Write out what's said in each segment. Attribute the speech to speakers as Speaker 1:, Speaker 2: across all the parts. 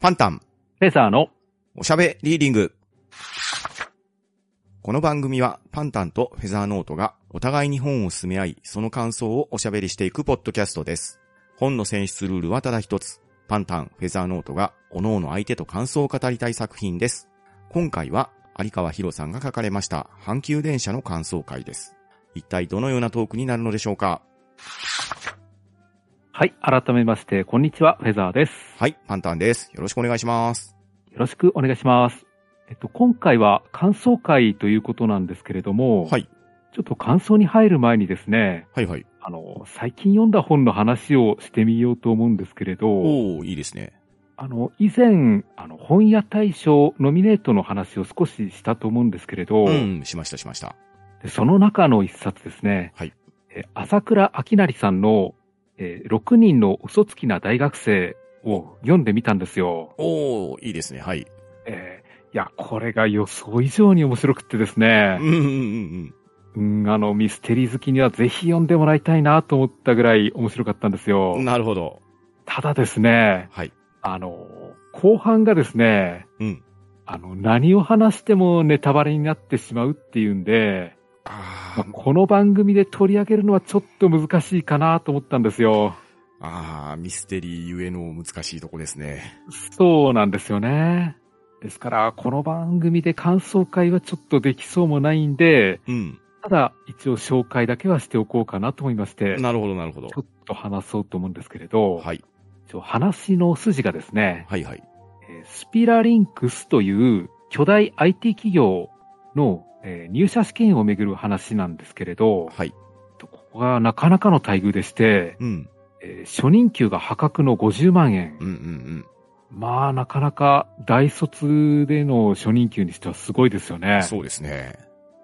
Speaker 1: パンタン、
Speaker 2: フェザーの、
Speaker 1: おしゃべリーディング。この番組は、パンタンとフェザーノートが、お互いに本を進め合い、その感想をおしゃべりしていくポッドキャストです。本の選出ルールはただ一つ。パンタン、フェザーノートが、おのの相手と感想を語りたい作品です。今回は、有川博さんが書かれました、阪急電車の感想会です。一体どのようなトークになるのでしょうか
Speaker 2: はい、改めまして、こんにちは、フェザーです。
Speaker 1: はい、パンタンです。よろしくお願いします。
Speaker 2: よろしくお願いします。えっと、今回は感想会ということなんですけれども、
Speaker 1: はい、
Speaker 2: ちょっと感想に入る前にですね、
Speaker 1: はいはい。
Speaker 2: あの、最近読んだ本の話をしてみようと思うんですけれど、
Speaker 1: おー、いいですね。
Speaker 2: あの、以前、あの、本屋大賞ノミネートの話を少ししたと思うんですけれど、
Speaker 1: うん、しましたしました。
Speaker 2: でその中の一冊ですね、
Speaker 1: はい
Speaker 2: えー朝倉明成さんの、えー6人の嘘つきな大学生を読んでみたんですよ。
Speaker 1: おー、いいですね、はい。
Speaker 2: えーいや、これが予想以上に面白くってですね
Speaker 1: う、んうんうん
Speaker 2: うん、あの、ミステリー好きにはぜひ読んでもらいたいなと思ったぐらい面白かったんですよ
Speaker 1: うん。。なるほど。
Speaker 2: ただですね、
Speaker 1: はい。
Speaker 2: あの、後半がですね、
Speaker 1: うん。
Speaker 2: あの、何を話してもネタバレになってしまうっていうんで、
Speaker 1: あ
Speaker 2: まあこの番組で取り上げるのはちょっと難しいかなと思ったんですよ。
Speaker 1: あー、ミステリーゆえの難しいとこですね。
Speaker 2: そうなんですよね。ですから、この番組で感想会はちょっとできそうもないんで、
Speaker 1: うん。
Speaker 2: ただ一応紹介だけはしておこうかなと思いまして、ち
Speaker 1: なるほど、なるほど。
Speaker 2: ょっと話そうと思うんですけれど、
Speaker 1: はい。
Speaker 2: 一応話の筋がですね、
Speaker 1: はいはい。
Speaker 2: えースピラリンクスという巨大 IT 企業のえー入社試験をめぐる話なんですけれど、
Speaker 1: はい。
Speaker 2: ここがなかなかの待遇でして、
Speaker 1: うん。
Speaker 2: えー初任給が破格の50万円
Speaker 1: うん。うんうん。
Speaker 2: まあ、なかなか大卒での初任給にしてはすごいですよね。
Speaker 1: そうですね。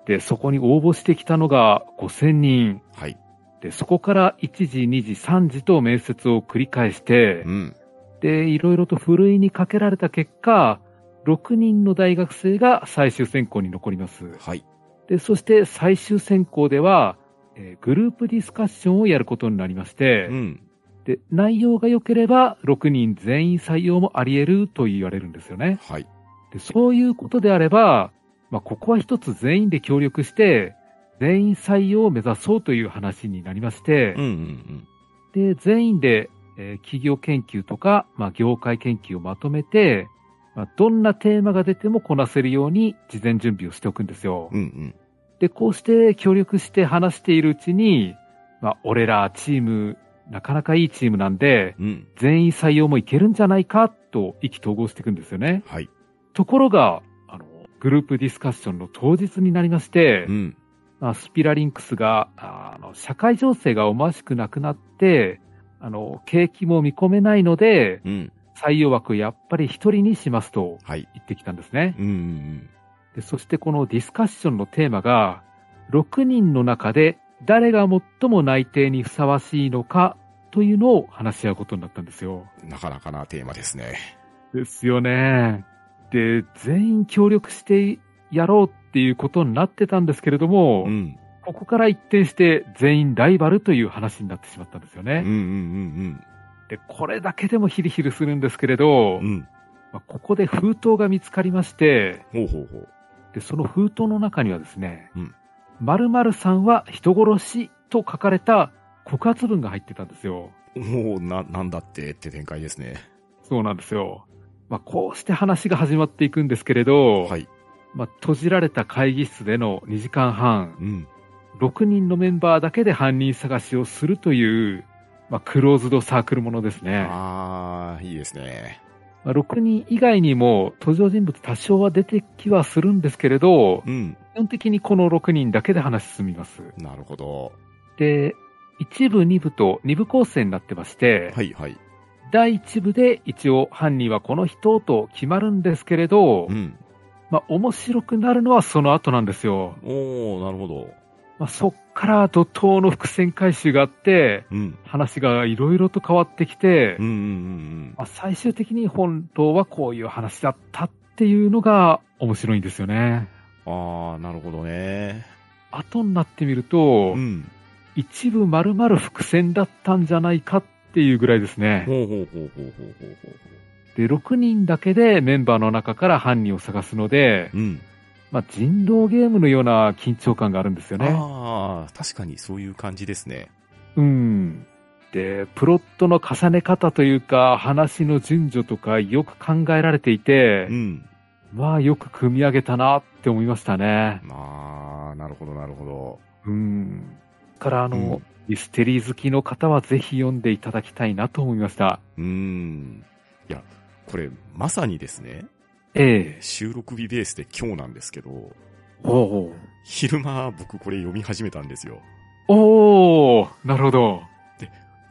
Speaker 2: で、そこに応募してきたのが5000人。
Speaker 1: はい。
Speaker 2: で、そこから1時、2時、3時と面接を繰り返して
Speaker 1: う、ん。
Speaker 2: で、いろいろとふるいにかけられた結果、6人の大学生が最終選考に残ります。
Speaker 1: はい。
Speaker 2: で、そして最終選考では、えーグループディスカッションをやることになりまして、
Speaker 1: うん。
Speaker 2: で、内容が良ければ6人全員採用もあり得ると言われるんですよね。
Speaker 1: はい。
Speaker 2: でそういうことであれば、まあ、ここは一つ全員で協力して、全員採用を目指そうという話になりまして
Speaker 1: うん、うん
Speaker 2: で、全員で、えー企業研究とか、まあ、業界研究をまとめて、まあ、どんなテーマが出てもこなせるように事前準備をしておくんですよ
Speaker 1: うん。う。んうん。
Speaker 2: で、こうして協力して話しているうちに、まあ、俺らチーム、なかなかいいチームなんで、
Speaker 1: うん。
Speaker 2: 全員採用もいけるんじゃないかと意気投合していくんですよね。
Speaker 1: はい。
Speaker 2: ところが、あの、グループディスカッションの当日になりまして、
Speaker 1: うん。
Speaker 2: まあ、スピラリンクスが、ああの、社会情勢が思わしくなくなって、あの、景気も見込めないので、
Speaker 1: うん。
Speaker 2: 採用枠をやっぱり一人にしますと
Speaker 1: はい。
Speaker 2: 言ってきたんですね。
Speaker 1: うんうん
Speaker 2: でそしてこのディスカッションのテーマが、6人の中で誰が最も内定にふさわしいのかというのを話し合うことになったんですよ。
Speaker 1: うん。なかなかなテーマですね。
Speaker 2: ですよね。で、全員協力してやろうっていうことになってたんですけれども、
Speaker 1: うん。
Speaker 2: ここから一転して全員ライバルという話になってしまったんですよ
Speaker 1: うんうん
Speaker 2: ね。
Speaker 1: うん
Speaker 2: で、これだけでもヒリヒリするんですけれど、
Speaker 1: うん。うん。
Speaker 2: まあここで封筒が見つかりまして、
Speaker 1: ほうほうほう。
Speaker 2: で、その封筒の中にはですね、
Speaker 1: うん
Speaker 2: 〇〇さんは人殺しと書かれた告発文が入ってたんですよ。
Speaker 1: もう、な、なんだってって展開ですね。
Speaker 2: そうなんですよ。まあ、こうして話が始まっていくんですけれど、
Speaker 1: はい。
Speaker 2: まあ、閉じられた会議室での2時間半、
Speaker 1: うん。
Speaker 2: 6人のメンバーだけで犯人探しをするという、まあ、クローズドサークルものですね。
Speaker 1: あー、いいですね。
Speaker 2: まあ、6人以外にも登場人物多少は出てきはするんですけれど、
Speaker 1: うん。
Speaker 2: 基本的にこの6人だけで話進みます。
Speaker 1: なるほど。
Speaker 2: で、1部、2部と2部構成になってまして、
Speaker 1: はいはい。
Speaker 2: 第1部で一応犯人はこの人と決まるんですけれど、
Speaker 1: うん。
Speaker 2: まあ、面白くなるのはその後なんですよ。
Speaker 1: おー、なるほど。
Speaker 2: まあ、そっから怒涛の伏線回収があって、
Speaker 1: うん。
Speaker 2: 話がいろいろと変わってきて、
Speaker 1: うんうんうん
Speaker 2: まあ、最終的に本当はこういう話だったっていうのが面白いんですよね。
Speaker 1: うん。あー、なるほどね。
Speaker 2: 後になってみると、
Speaker 1: うん。
Speaker 2: 一部丸々伏線だったんじゃないかっていうぐらいですね。
Speaker 1: ほうほうほうほうほうほうほう。
Speaker 2: で、6人だけでメンバーの中から犯人を探すので、
Speaker 1: うん。
Speaker 2: まあ、人狼ゲームのような緊張感があるんですよね。
Speaker 1: ああ、確かにそういう感じですね。
Speaker 2: うん。で、プロットの重ね方というか、話の順序とかよく考えられていて
Speaker 1: う、ん。
Speaker 2: まあよく組み上げたなって思いましたね。
Speaker 1: ああ、なるほど、なるほど。
Speaker 2: うん。からあの、
Speaker 1: うん
Speaker 2: ミステリー好きの方はぜひ読んでいただきたいなと思いました。
Speaker 1: うーん。いや、これ、まさにですね、
Speaker 2: ええ。
Speaker 1: 収録日ベースで今日なんですけど、
Speaker 2: ほうほう。
Speaker 1: 昼間僕これ読み始めたんですよ。
Speaker 2: おーなるほど。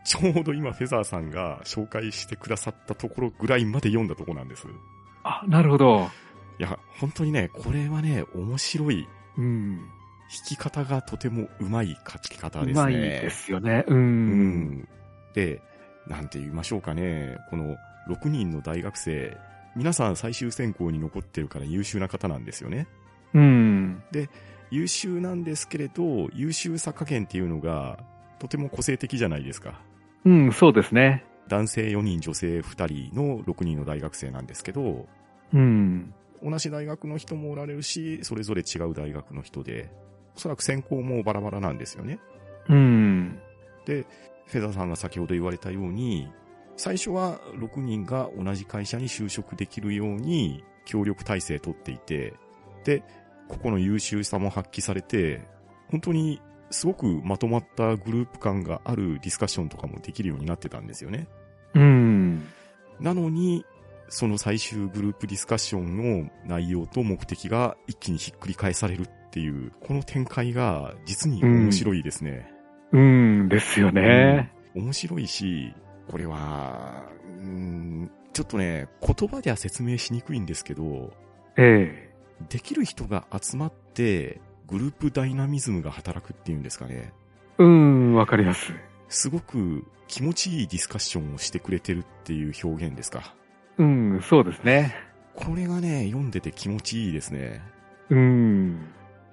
Speaker 1: ちょうど今フェザーさんが紹介してくださったところぐらいまで読んだとこなんです。い
Speaker 2: あ、なるほど。
Speaker 1: や、本当にね、これはね、面白い。
Speaker 2: うん。
Speaker 1: 弾き方がとても上手い書き方
Speaker 2: う
Speaker 1: ですね。
Speaker 2: まいですよね。う。
Speaker 1: うんん。で、なんて言いましょうかね。この6人の大学生、皆さん最終選考に残ってるから優秀な方なんですよね。
Speaker 2: うん。
Speaker 1: 優秀なんですけれど、優秀さ加減っていうのがとても個性的じゃないですか。
Speaker 2: うん、そうですね。
Speaker 1: 男性4人、女性2人の6人の大学生なんですけど、
Speaker 2: うん。
Speaker 1: 同じ大学の人もおられるし、それぞれ違う大学の人で、おそらく専攻もバラバラなんですよね。
Speaker 2: うん。
Speaker 1: で、フェザーさんが先ほど言われたように、最初は6人が同じ会社に就職できるように協力体制取っていて、で、ここの優秀さも発揮されて、本当にすごくまとまったグループ感があるディスカッションとかもできるようになってたんですよね。
Speaker 2: うん。
Speaker 1: なのに、その最終グループディスカッションの内容と目的が一気にひっくり返されるっていう、この展開が実に面白いですね。
Speaker 2: うん、ですよね。
Speaker 1: 面白いし、これは、うーん、ちょっとね、言葉では説明しにくいんですけど、
Speaker 2: ええ。
Speaker 1: できる人が集まって、グループダイナミズムが働くっていうんですかね。
Speaker 2: うん、わかります。
Speaker 1: すごく気持ちいいディスカッションをしてくれてるっていう表現ですか。
Speaker 2: うん、そうですね。
Speaker 1: これがね、読んでて気持ちいいですね。
Speaker 2: うん。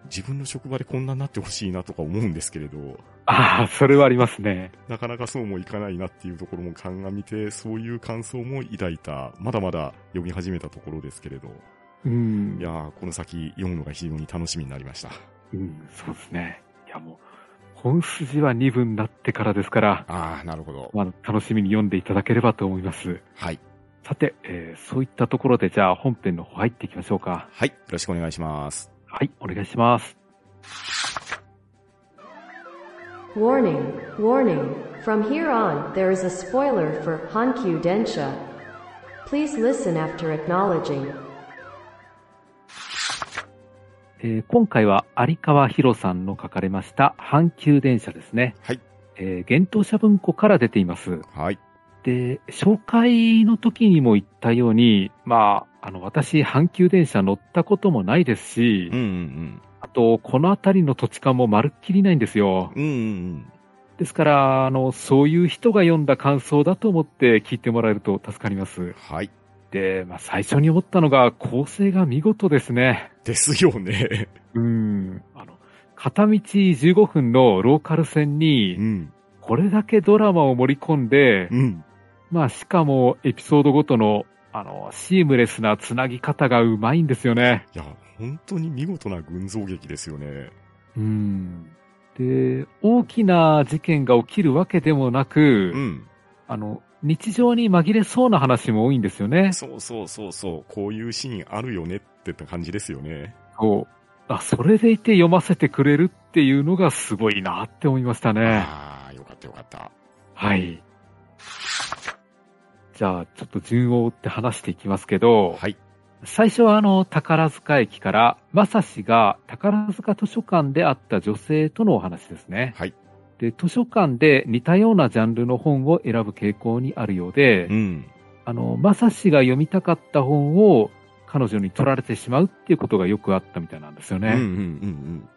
Speaker 1: 自分の職場でこんなになってほしいなとか思うんですけれど、
Speaker 2: ああ、それはありますね。
Speaker 1: なかなかそうもいかないなっていうところも鑑みて、そういう感想も抱いた、まだまだ読み始めたところですけれど、
Speaker 2: うん。
Speaker 1: いやー、この先読むのが非常に楽しみになりました。
Speaker 2: うん、そうですね。いや、もう、本筋は2分になってからですから、
Speaker 1: あー、なるほど。
Speaker 2: まあ、楽しみに読んでいただければと思います。
Speaker 1: はい。
Speaker 2: さて、えーそういったところで、じゃあ本編の方入っていきましょうか。
Speaker 1: はい。よろしくお願いします。
Speaker 2: はい、お願いします。
Speaker 3: Warning, warning. From here on, there is a spoiler for Hankyu Densha. Please listen after acknowledging.
Speaker 2: えー今回は有川博さんの書かれました阪急電車ですね。
Speaker 1: はい。
Speaker 2: えー、幻冬舎文庫から出ています。
Speaker 1: はい。
Speaker 2: で、紹介の時にも言ったように、まあ、あの、私、阪急電車乗ったこともないですし、
Speaker 1: うんうん
Speaker 2: あと、この辺りの土地勘もまるっきりないんですよ。
Speaker 1: うん。うんうん
Speaker 2: ですから、あの、そういう人が読んだ感想だと思って聞いてもらえると助かりま
Speaker 1: うん。
Speaker 2: す。
Speaker 1: はい。
Speaker 2: で、まあ、最初に思ったのが、構成が見事ですね。
Speaker 1: ですよね。
Speaker 2: うん。あの、片道15分のローカル線
Speaker 1: う
Speaker 2: に、
Speaker 1: ん。
Speaker 2: これだけドラマを盛り込んで、
Speaker 1: うん。
Speaker 2: まあ、しかも、エピソードごとの、あの、シームレスな繋ぎ方がうまいんですよね。
Speaker 1: いや、本当に見事な群像劇ですよね。
Speaker 2: うん。で、大きな事件が起きるわけでもなく、
Speaker 1: うん。
Speaker 2: あの、日常に紛れそうな話も多いんですよね。
Speaker 1: そうそうそうそう。こういうシーンあるよねって感じですよね。
Speaker 2: そう。あ、それでいて読ませてくれるっていうのがすごいなって思いましたね。
Speaker 1: ああ、よかったよかった。
Speaker 2: はい。じゃあ、ちょっと順を追って話していきますけど、
Speaker 1: はい。
Speaker 2: 最初はあの、宝塚駅から、まさしが宝塚図書館で会った女性とのお話ですね。
Speaker 1: はい。
Speaker 2: で、図書館で似たようなジャンルの本を選ぶ傾向にあるようで、
Speaker 1: うん。
Speaker 2: あの、まさしが読みたかった本を彼女に取られてしまうっていうことがよくあったみたいなんですよ
Speaker 1: うんうん
Speaker 2: ね。
Speaker 1: うん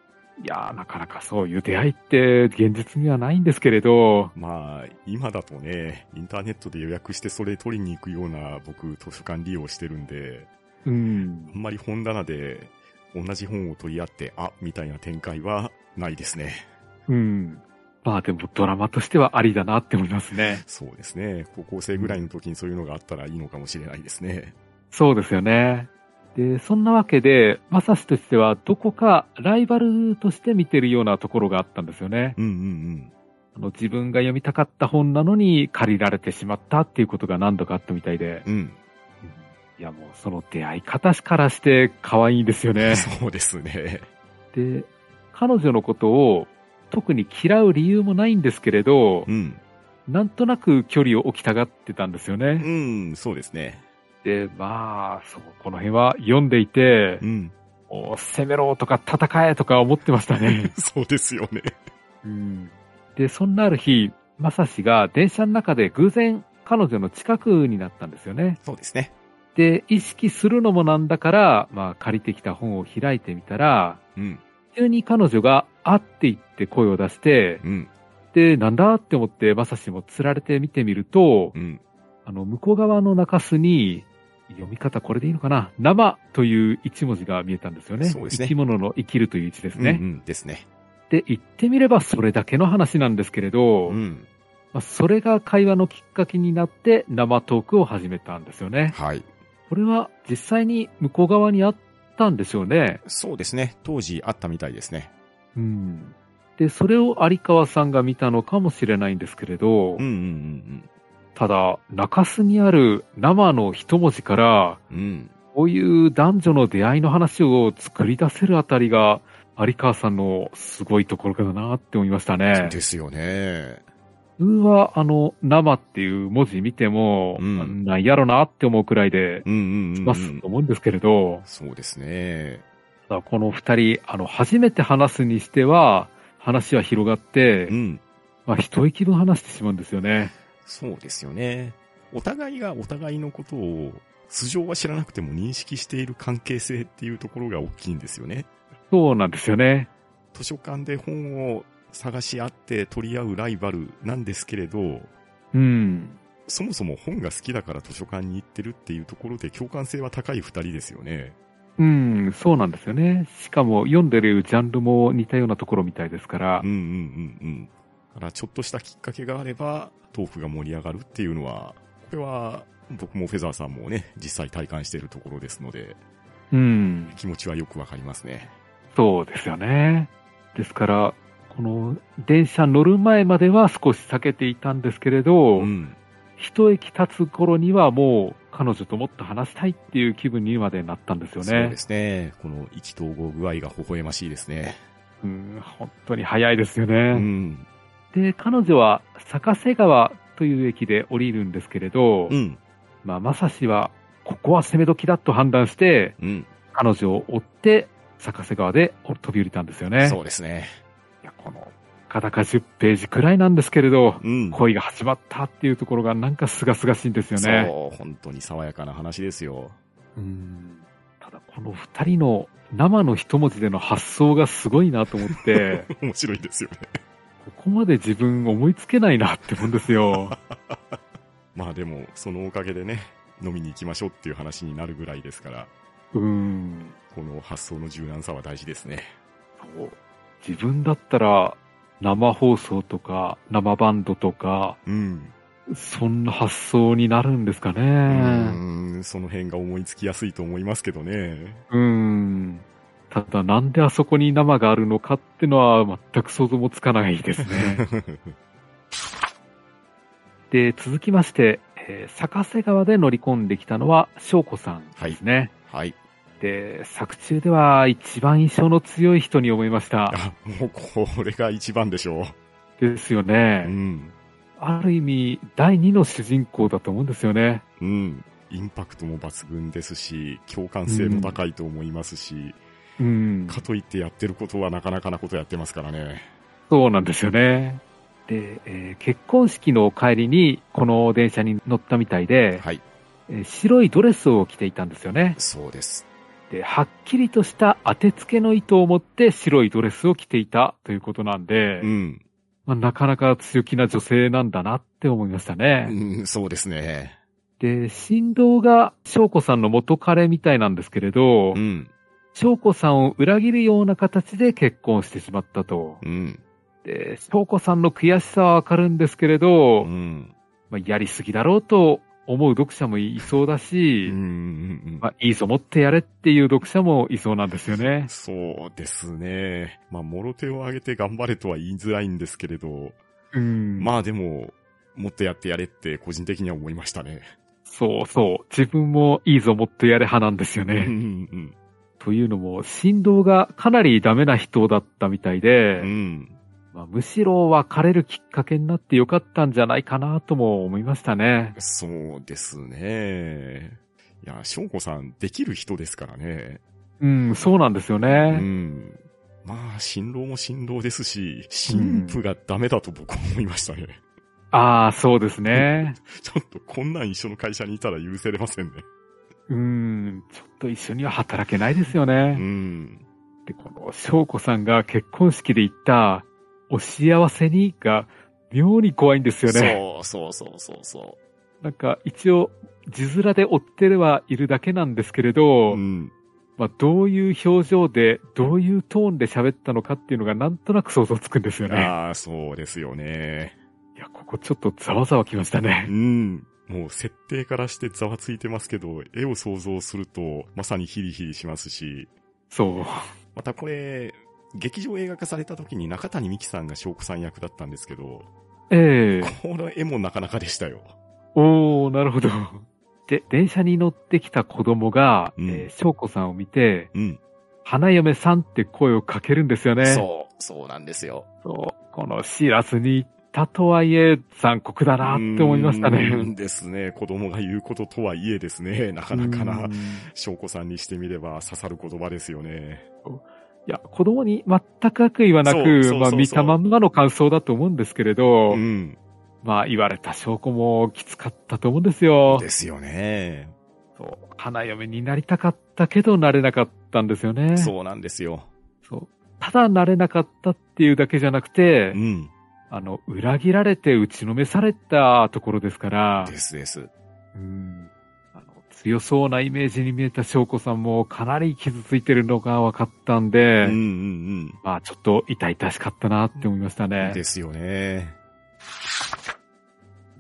Speaker 2: いやー、なかなかそういう出会いって現実にはないんですけれど、
Speaker 1: うん。まあ、今だとね、インターネットで予約してそれ取りに行くような僕、図書館利用してるんで、
Speaker 2: うん
Speaker 1: あ。んまり本棚で同じ本を取り合って、あ、みたいな展開はないですね。
Speaker 2: うん。まあでもドラマとしてはありだなって思いますね。
Speaker 1: そうですね。高校生ぐらいの時にそういうのがあったらいいのかもしれないですね。
Speaker 2: そうですよね。で、そんなわけで、まさしとしてはどこかライバルとして見てるようなところがあったんですよね。
Speaker 1: うんうん
Speaker 2: あの自分が読みたかった本なのに借りられてしまったっていうことが何度かあったみたいで。
Speaker 1: うん。
Speaker 2: いやもうその出会い方からして可愛いんですよ
Speaker 1: う
Speaker 2: ね
Speaker 1: ん。。そうですね。
Speaker 2: で、彼女のことを特に嫌う理由もないんですけれど
Speaker 1: う、ん。
Speaker 2: なんとなく距離を置きたがってたんですよね。
Speaker 1: うん、そうですね。
Speaker 2: で、まあ、そう、この辺は読んでいて、
Speaker 1: うん。
Speaker 2: お攻めろとか戦えとか思ってましたね。
Speaker 1: そうですよね。
Speaker 2: うん で、そんなある日、まさしが電車の中で偶然彼女の近くになったんですよね。
Speaker 1: そうですね。
Speaker 2: で、意識するのもなんだから、まあ借りてきた本を開いてみたら、
Speaker 1: うん。
Speaker 2: 急に彼女が会って言って声を出して、
Speaker 1: うん。
Speaker 2: で、なんだって思ってまさしも釣られて見てみると、
Speaker 1: うん。
Speaker 2: あの、向こう側の中州に、読み方これでいいのかな生という一文字が見えたんですよね。
Speaker 1: そうですね
Speaker 2: 生き物の生きるという字です
Speaker 1: うんう
Speaker 2: ね。
Speaker 1: ん。ですね。
Speaker 2: で、言ってみればそれだけの話なんですけれど、
Speaker 1: うん。
Speaker 2: まあ、それが会話のきっかけになって生トークを始めたんですよね。
Speaker 1: はい。
Speaker 2: これは実際に向こう側にあったんでしょうね。
Speaker 1: そうですね。当時あったみたいですね。
Speaker 2: うん。で、それを有川さんが見たのかもしれないんですけれど、
Speaker 1: うんうん
Speaker 2: ただ、中洲にある生の一文字から、
Speaker 1: うんうん。うん。
Speaker 2: こういう男女の出会いの話を作り出せるあたりが、有川さんのすごいところかなって思いましたね。
Speaker 1: ですよね。
Speaker 2: 普通は、あの、生っていう文字見ても、
Speaker 1: うん
Speaker 2: なんやろなって思うくらいで、
Speaker 1: うんうんうん、うん。
Speaker 2: ますと思うんですけれど、
Speaker 1: そうですね。
Speaker 2: ただこの二人、あの、初めて話すにしては、話は広がって、
Speaker 1: うん。
Speaker 2: まあ、一息分話してしまうんですよね。
Speaker 1: そうですよね。お互いがお互いのことを、素性は知らなくても認識している関係性っていうところが大きいんですよね。
Speaker 2: そうなんですよね。
Speaker 1: 図書館で本を探し合って取り合うライバルなんですけれど、
Speaker 2: うん。
Speaker 1: そもそも本が好きだから図書館に行ってるっていうところで共感性は高い二人ですよね。
Speaker 2: うん、そうなんですよね。しかも、読んでるジャンルも似たようなところみたいですから
Speaker 1: うん、うんうんうん。だからちょっとしたきっかけがあれば、トークが盛り上がるっていうのは、これは僕もフェザーさんもね、実際体感しているところですので、
Speaker 2: うん。
Speaker 1: 気持ちはよくわかりますね。
Speaker 2: そうですよね。ですから、この電車乗る前までは少し避けていたんですけれど、
Speaker 1: うん。
Speaker 2: 一駅立つ頃にはもう彼女ともっと話したいっていう気分にまでなったんですよね。
Speaker 1: そうですね。この意気投合具合が微笑ましいですね。
Speaker 2: うん、本当に早いですよ
Speaker 1: う
Speaker 2: ね。
Speaker 1: ん。
Speaker 2: で、彼女は坂瀬川という駅で降りるんですけれど、
Speaker 1: うん。
Speaker 2: まあ、まさしはここは攻め時だと判断して、
Speaker 1: うん。
Speaker 2: 彼女を追って坂瀬川で飛び降りたんですよね。
Speaker 1: そうですね。
Speaker 2: いやこの、かだか10ページくらいなんですけれど、
Speaker 1: うん。
Speaker 2: 恋が始まったっていうところがなんか清々しいんですよね。
Speaker 1: そう、本当に爽やかな話ですよ。
Speaker 2: うんただこの二人の生の一文字での発想がすごいなと 思って、
Speaker 1: 面白いですよね。
Speaker 2: ここまで自分思いつけないなって思うんで すよ。
Speaker 1: まあでも、そのおかげでね、飲みに行きましょうっていう話になるぐらいですから、
Speaker 2: うん。
Speaker 1: この発想の柔軟さは大事ですね。
Speaker 2: そう自分だったら生放送とか生バンドとか、
Speaker 1: うん。
Speaker 2: そんな発想になるんですか
Speaker 1: う
Speaker 2: ね。
Speaker 1: ーん、その辺が思いつきやすいと思いますけどね。
Speaker 2: うん。ただなんであそこに生があるのかってのは全く想像もつかないですね。 で、続きまして、えー坂瀬川で乗り込んできたのは翔子さんですね。
Speaker 1: はい。
Speaker 2: で、作中では一番印象の強い人に思いました。
Speaker 1: あ、もうこれが一番でしょ
Speaker 2: ですよ
Speaker 1: う。う
Speaker 2: ね。
Speaker 1: ん。
Speaker 2: ある意味、第二の主人公だと思うんですよね。
Speaker 1: うん。インパクトも抜群ですし、共感性も高いと思いますし、
Speaker 2: うん。
Speaker 1: かといってやってることはなかなかなことやってますからね。
Speaker 2: そうなんですよね。で、えー結婚式の帰りにこの電車に乗ったみたいで、
Speaker 1: はい。
Speaker 2: えー白いドレスを着ていたんですよね。
Speaker 1: そうです。
Speaker 2: で、はっきりとした当て付けの意図を持って白いドレスを着ていたということなんで、
Speaker 1: うん。
Speaker 2: まあ、なかなか強気な女性なんだなって思いましたね。
Speaker 1: うん、そうですね。
Speaker 2: で、振動が翔子さんの元彼みたいなんですけれど
Speaker 1: う、ん。
Speaker 2: 翔子さんを裏切るような形で結婚してしまったと。
Speaker 1: うん。
Speaker 2: で、翔子さんの悔しさはわかるんですけれど、
Speaker 1: うん。
Speaker 2: まあ、やりすぎだろうと思う読者もいそうだ
Speaker 1: う
Speaker 2: し、
Speaker 1: んうんうん
Speaker 2: まあ、いいぞ、持ってやれっていう読者もいそうなんですよね。
Speaker 1: そうですね。まあ、もろ手を挙げて頑張れとは言いづらいんですけれど、
Speaker 2: うん。
Speaker 1: まあでも、もっとやってやれって個人的には思いましたね。
Speaker 2: そうそう。自分もいいぞ、持ってやれ派なんですよ
Speaker 1: う
Speaker 2: ね。
Speaker 1: ん
Speaker 2: というのも、振動がかなりダメな人だったみたいで、
Speaker 1: うんうん。うん。
Speaker 2: まあ、むしろ別れるきっかけになってよかったんじゃないかなとも思いましたね。
Speaker 1: そうですね。いや、翔子さん、できる人ですからね。
Speaker 2: うん、そうなんですよ
Speaker 1: う
Speaker 2: ね。
Speaker 1: ん。まあ、新郎も新郎ですし、新婦がダメだと僕は思いましたね。
Speaker 2: ああ、そうですね。
Speaker 1: ちょっとこんなん一緒の会社にいたら許せれませんね。
Speaker 2: うん、ちょっと一緒には働けないですよ
Speaker 1: う
Speaker 2: ね。
Speaker 1: ん。
Speaker 2: で、この翔子さんが結婚式で言った、お幸せにが妙に怖いんですよね。
Speaker 1: そうそうそうそうそ
Speaker 2: なんか一応、字面で追ってれはいるだけなんですけれ
Speaker 1: う。
Speaker 2: ど、
Speaker 1: うん。
Speaker 2: まあどういう表情で、どういうトーンで喋ったのかっていうのがなんとなく想像つくんですよね。
Speaker 1: ああ、そうですよね。
Speaker 2: いや、ここちょっとざわざわきました
Speaker 1: う
Speaker 2: ね。
Speaker 1: ん。もう設定からしてざわついてますけど、絵を想像すると、まさにヒリヒリしますし、
Speaker 2: そう。
Speaker 1: またこれ、劇場映画化された時に中谷美紀さんが翔子さん役だったんですけど、
Speaker 2: ええ
Speaker 1: この絵もなかなかでしたよ。
Speaker 2: おー、なるほど。で、電車に乗ってきた子供が、
Speaker 1: うん
Speaker 2: えー翔子さんを見て、
Speaker 1: うん。
Speaker 2: 花嫁さんって声をかけるんですよね。
Speaker 1: そう、そうなんですよ。
Speaker 2: そうこの知らずに行ったとはいえ、残酷だなって思いました
Speaker 1: うーん
Speaker 2: ね。
Speaker 1: ですね。子供が言うこととはいえですね、なかなか
Speaker 2: う
Speaker 1: なん
Speaker 2: い、
Speaker 1: 翔子さんにしてみれば刺さる言葉ですよね。
Speaker 2: や、子供に全く悪意はな
Speaker 1: そうそう
Speaker 2: く
Speaker 1: そ、う
Speaker 2: まあ
Speaker 1: そう
Speaker 2: 見たまんまの感想だと思うんですけれど、
Speaker 1: うん。
Speaker 2: まあ言われた証拠もきつかったと思うんですよ。
Speaker 1: ですよね。
Speaker 2: そう花嫁になりたかったけどなれなかったんですよね。
Speaker 1: そうなんですよ。
Speaker 2: そう。ただなれなかったっていうだけじゃなくて、
Speaker 1: うん。
Speaker 2: あの、裏切られて打ちのめされたところですから、
Speaker 1: ですです。
Speaker 2: うんあの強そうなイメージに見えた翔子さんもかなり傷ついてるのが分かったんで、
Speaker 1: うんうん
Speaker 2: まあちょっと痛々しかったなって思いました
Speaker 1: う
Speaker 2: ね
Speaker 1: ん。。ですよね。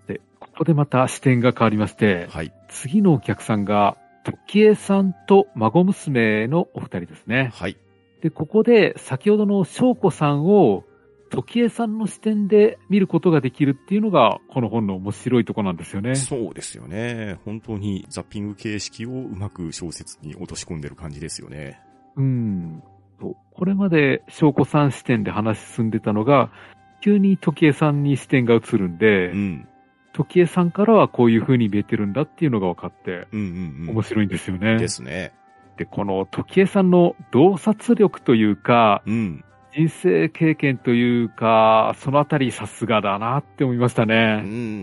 Speaker 2: でここでまた視点が変わりまして、
Speaker 1: はい。
Speaker 2: 次のお客さんが、時江さんと孫娘のお二人ですね。
Speaker 1: はい。
Speaker 2: で、ここで先ほどの翔子さんを、時江さんの視点で見ることができるっていうのが、この本の面白いとこなんですよね。
Speaker 1: そうですよね。本当にザッピング形式をうまく小説に落とし込んでる感じですよね。
Speaker 2: うん。そうこれまで翔子さん視点で話進んでたのが、急に時江さんに視点が移るんで、
Speaker 1: うん。
Speaker 2: 時江さんからはこういう風に見えてるんだっていうのが分かって、
Speaker 1: うんうんうん。
Speaker 2: 面白いんですよね。
Speaker 1: ですね。
Speaker 2: で、この時江さんの洞察力というか、
Speaker 1: うん。
Speaker 2: 人生経験というか、そのあたりさすがだなって思いました
Speaker 1: う
Speaker 2: ね。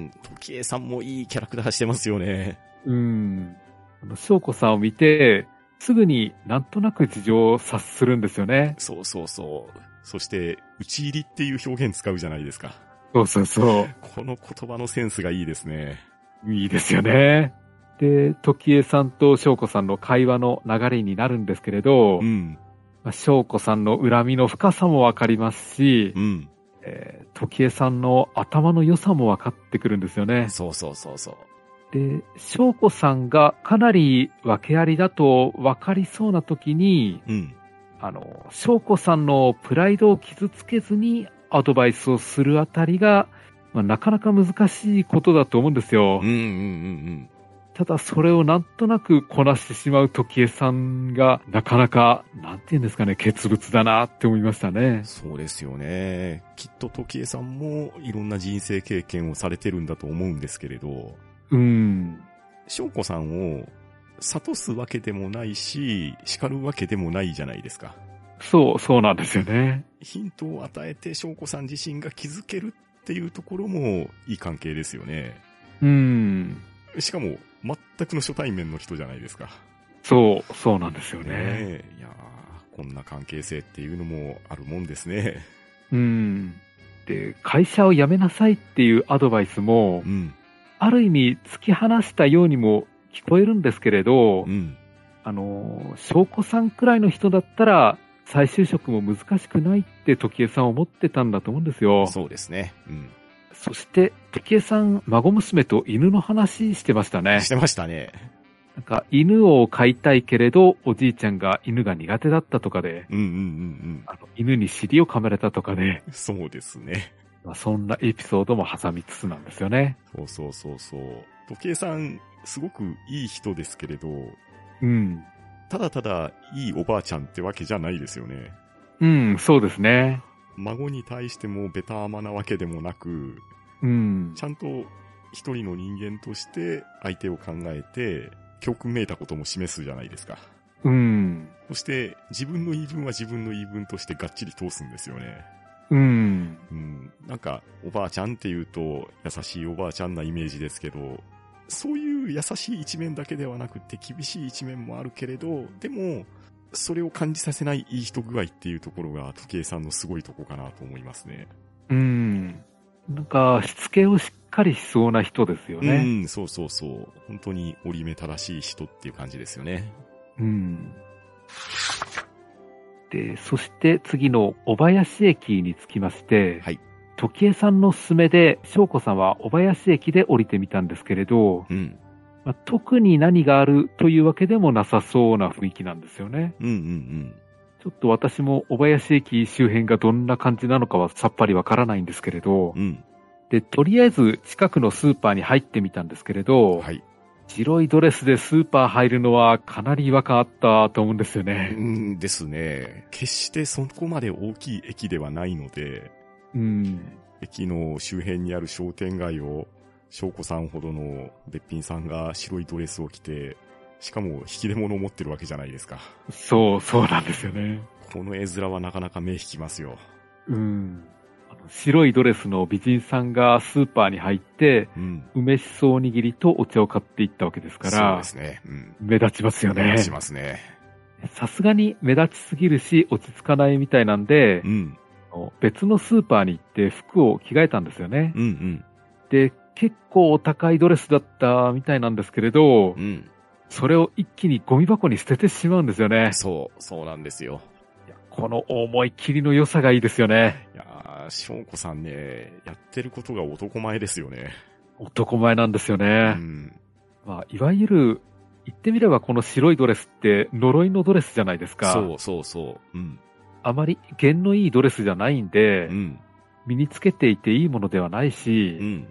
Speaker 1: ん。時計さんもいいキャラクターしてますよね。
Speaker 2: うん。あの翔子さんを見て、すぐになんとなく事情を察するんですよね。
Speaker 1: そうそうそう。そして、打ち入りっていう表現使うじゃないですか。
Speaker 2: そうそうそ
Speaker 1: この言葉のセンスがいいですね。
Speaker 2: う。いいですよね。で、時江さんと翔子さんの会話の流れになるんですけれど、
Speaker 1: うん。
Speaker 2: まあ翔子さんの恨みの深さもわかりますし、
Speaker 1: うん。
Speaker 2: えー時江さんの頭の良さも分かってくるんですよね。
Speaker 1: そうそうそうそう。
Speaker 2: で、翔子さんがかなり訳ありだと分かりそうな時に、
Speaker 1: うん。
Speaker 2: あの、翔子さんのプライドを傷つけずにアドバイスをするあたりが、まあ、なかなか難しいことだと思うんですよ
Speaker 1: うんうん。うん
Speaker 2: ただそれをなんとなくこなしてしまう時江さんが、なかなか、なんて言うんですかね、欠物だなって思いました
Speaker 1: う
Speaker 2: ね
Speaker 1: ん。。そうですよね。きっと時計さんもいろんな人生経験をされてるんだと思うんですけれど、
Speaker 2: うん。
Speaker 1: 翔子さんを諭すわけでもないし、叱るわけでもないじゃないですか。
Speaker 2: そう、そうなんですよね。
Speaker 1: ヒントを与えて翔子さん自身が気づけるっていうところもいい関係ですよね。
Speaker 2: うん。
Speaker 1: しかも、全くの初対面の人じゃないですか。
Speaker 2: そう、そうなんですよ
Speaker 1: ね
Speaker 2: ね。
Speaker 1: え。いやーこんな関係性っていうのもあるもんですね。
Speaker 2: うん。で、会社を辞めなさいっていうアドバイスも
Speaker 1: う、ん。
Speaker 2: ある意味突き放したようにも聞こえるんですけれど
Speaker 1: う、ん。
Speaker 2: あの、翔子さんくらいの人だったら、再就職も難しくないって時江さん思ってたんだと思うんですよ。そ
Speaker 1: そうですね。うん。
Speaker 2: して、時江さん、孫娘と犬の話してましたね
Speaker 1: し。てましたね。
Speaker 2: なんか、犬を飼いたいけれど、おじいちゃんが犬が苦手だったとかで、
Speaker 1: うんうんうん
Speaker 2: あの犬に尻を噛まれたとかで、
Speaker 1: うん。 そうですね。
Speaker 2: まあ、そんなエピソードも挟みつつなんですよね。
Speaker 1: そうそうそうそう。時計さん、すごくいい人ですけれど、
Speaker 2: うん。
Speaker 1: ただただいいおばあちゃんってわけじゃないですよね。
Speaker 2: うん、そうですね。
Speaker 1: 孫に対してもベタ甘なわけでもなく、
Speaker 2: うん
Speaker 1: ち。ゃんと一人の人間として相手を考えて、教訓めいたことも示すじゃないですか。
Speaker 2: うん。
Speaker 1: そして、自分の言い分は自分の言い分としてがっちり通すんですよね。
Speaker 2: うん。
Speaker 1: うん。なんか、おばあちゃんって言うと、優しいおばあちゃんなイメージですけど、そういう優しい一面だけではなくて、厳しい一面もあるけれど、でも、それを感じさせないいい人具合っていうところが、時計さんのすごいとこかなと思いますね。
Speaker 2: うん。なんか、しつけをしっかりしそうな人ですよね。
Speaker 1: うん、そうそうそう。本当に折り目正しい人っていう感じですよね。
Speaker 2: うん。で、そして次の小林駅に着きまして、
Speaker 1: はい
Speaker 2: 時江さんの勧めで、翔子さんは小林駅で降りてみたんですけれど、
Speaker 1: うん。
Speaker 2: まあ、特に何があるというわけでもなさそうな雰囲気なんですよね。
Speaker 1: うんうんうん。
Speaker 2: ちょっと私も小林駅周辺がどんな感じなのかはさっぱりわからないんですけれど、
Speaker 1: うん。
Speaker 2: で、とりあえず近くのスーパーに入ってみたんですけれど、
Speaker 1: はい。
Speaker 2: 白いドレスでスーパー入るのはかなり違和感あったと思うんですよ
Speaker 1: う
Speaker 2: ね。
Speaker 1: んですね。決してそこまで大きい駅ではないので、
Speaker 2: うん。
Speaker 1: 駅の周辺にある商店街を、翔子さんほどのべっぴんさんが白いドレスを着て、しかも引き出物を持ってるわけじゃないですか。
Speaker 2: そう、そうなんですよね。
Speaker 1: この絵面はなかなか目引きますよ。
Speaker 2: うん。あの白いドレスの美人さんがスーパーに入って、
Speaker 1: うん。
Speaker 2: 梅しそおにぎりとお茶を買っていったわけですか
Speaker 1: そう
Speaker 2: ら
Speaker 1: で、すね。うん。
Speaker 2: 目立ちますよね。
Speaker 1: しますね。
Speaker 2: さすがに目立ちすぎるし落ち着かないみたいなんで
Speaker 1: う、ん。
Speaker 2: あの別のスーパーに行って服を着替えたんですよね。
Speaker 1: うん
Speaker 2: で、結構お高いドレスだったみたいなんですけれど、
Speaker 1: うん。うん。
Speaker 2: それを一気にゴミ箱に捨ててしまうんですよね。
Speaker 1: そう、そうなんですよ。
Speaker 2: いやこの思い切りの良さがいいですよね。
Speaker 1: いやー、翔子さんね、やってることが男前ですよね。
Speaker 2: 男前なんですよ
Speaker 1: う
Speaker 2: ね。
Speaker 1: ん。
Speaker 2: まあ、いわゆる、言ってみればこの白いドレスって呪いのドレスじゃないですか。
Speaker 1: そうそうそう。うん。
Speaker 2: あまり弦のいいドレスじゃないんで、
Speaker 1: うん。
Speaker 2: 身につけていていいものではないし、
Speaker 1: うん。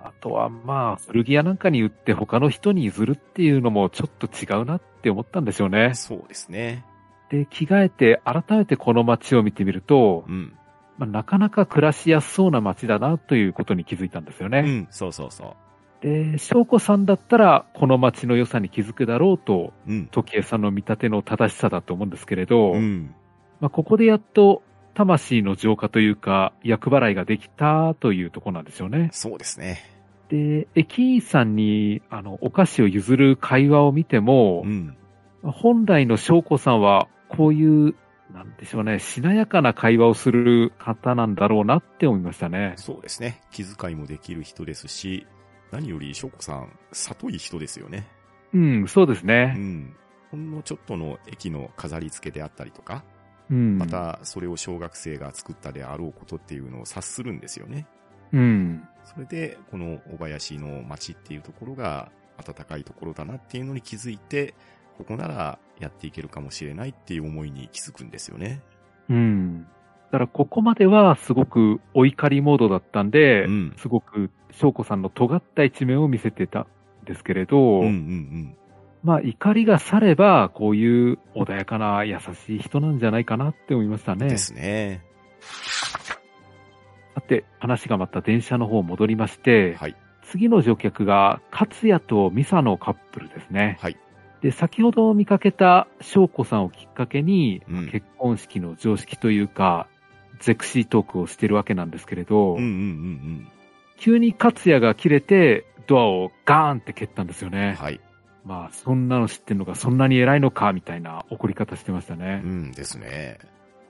Speaker 2: あとはまあ、古着屋なんかに売って他の人に譲るっていうのもちょっと違うなって思ったんでしょうね。
Speaker 1: そうですね。
Speaker 2: で、着替えて改めてこの街を見てみると、
Speaker 1: うん。
Speaker 2: まあ、なかなか暮らしやすそうな街だなということに気づいたんですよ
Speaker 1: う
Speaker 2: ね。
Speaker 1: ん。そうそうそ
Speaker 2: で、翔子さんだったらこの街の良さに気づくだろうと、
Speaker 1: う。うん。
Speaker 2: 時江さんの見立ての正しさだと思うんですけれど、
Speaker 1: うん。
Speaker 2: まあ、ここでやっと魂の浄化というか、役払いができたというところなんですよね。
Speaker 1: そうですね。
Speaker 2: で、駅員さんに、あの、お菓子を譲る会話を見ても
Speaker 1: う、ん。
Speaker 2: 本来の翔子さんは、こういう、なんでしょうね、しなやかな会話をする方なんだろうなって思いましたね。
Speaker 1: そうですね。気遣いもできる人ですし、何より翔子さん、里い人ですよね。
Speaker 2: うん、そうです
Speaker 1: う
Speaker 2: ね。
Speaker 1: ん。ほんのちょっとの駅の飾り付けであったりとか、
Speaker 2: うん。
Speaker 1: ま。たそれを小学生が作ったであろうことっていうのを察するんですよね。
Speaker 2: うん。
Speaker 1: それで、この小林の町っていうところが暖かいところだなっていうのに気づいて、ここならやっていけるかもしれないっていう思いに気づくんですよね。
Speaker 2: うん。だから、ここまでは、すごく、お怒りモードだったんで、
Speaker 1: うん。
Speaker 2: すごく、翔子さんの尖った一面を見せてたんですけれ
Speaker 1: う
Speaker 2: ど、
Speaker 1: んうんうん。
Speaker 2: まあ、怒りが去れば、こういう穏やかな、優しい人なんじゃないかなって思いましたね。
Speaker 1: ですね。
Speaker 2: さて、話がまた電車の方戻りまして、
Speaker 1: はい。
Speaker 2: 次の乗客が、勝也とミサのカップルですね。
Speaker 1: はい。
Speaker 2: で、先ほど見かけた翔子さんをきっかけに、
Speaker 1: うん
Speaker 2: 結婚式の常識というか、ゼクシートークをしてるわけなんですけれど、
Speaker 1: うんうんうん
Speaker 2: 急に勝也が切れて、ドアをガーンって蹴ったんですよ
Speaker 1: うん。
Speaker 2: ね。
Speaker 1: はい。
Speaker 2: まあ、そんなの知ってんのか、そんなに偉いのか、みたいな怒り方してました
Speaker 1: う
Speaker 2: ね。
Speaker 1: んですね。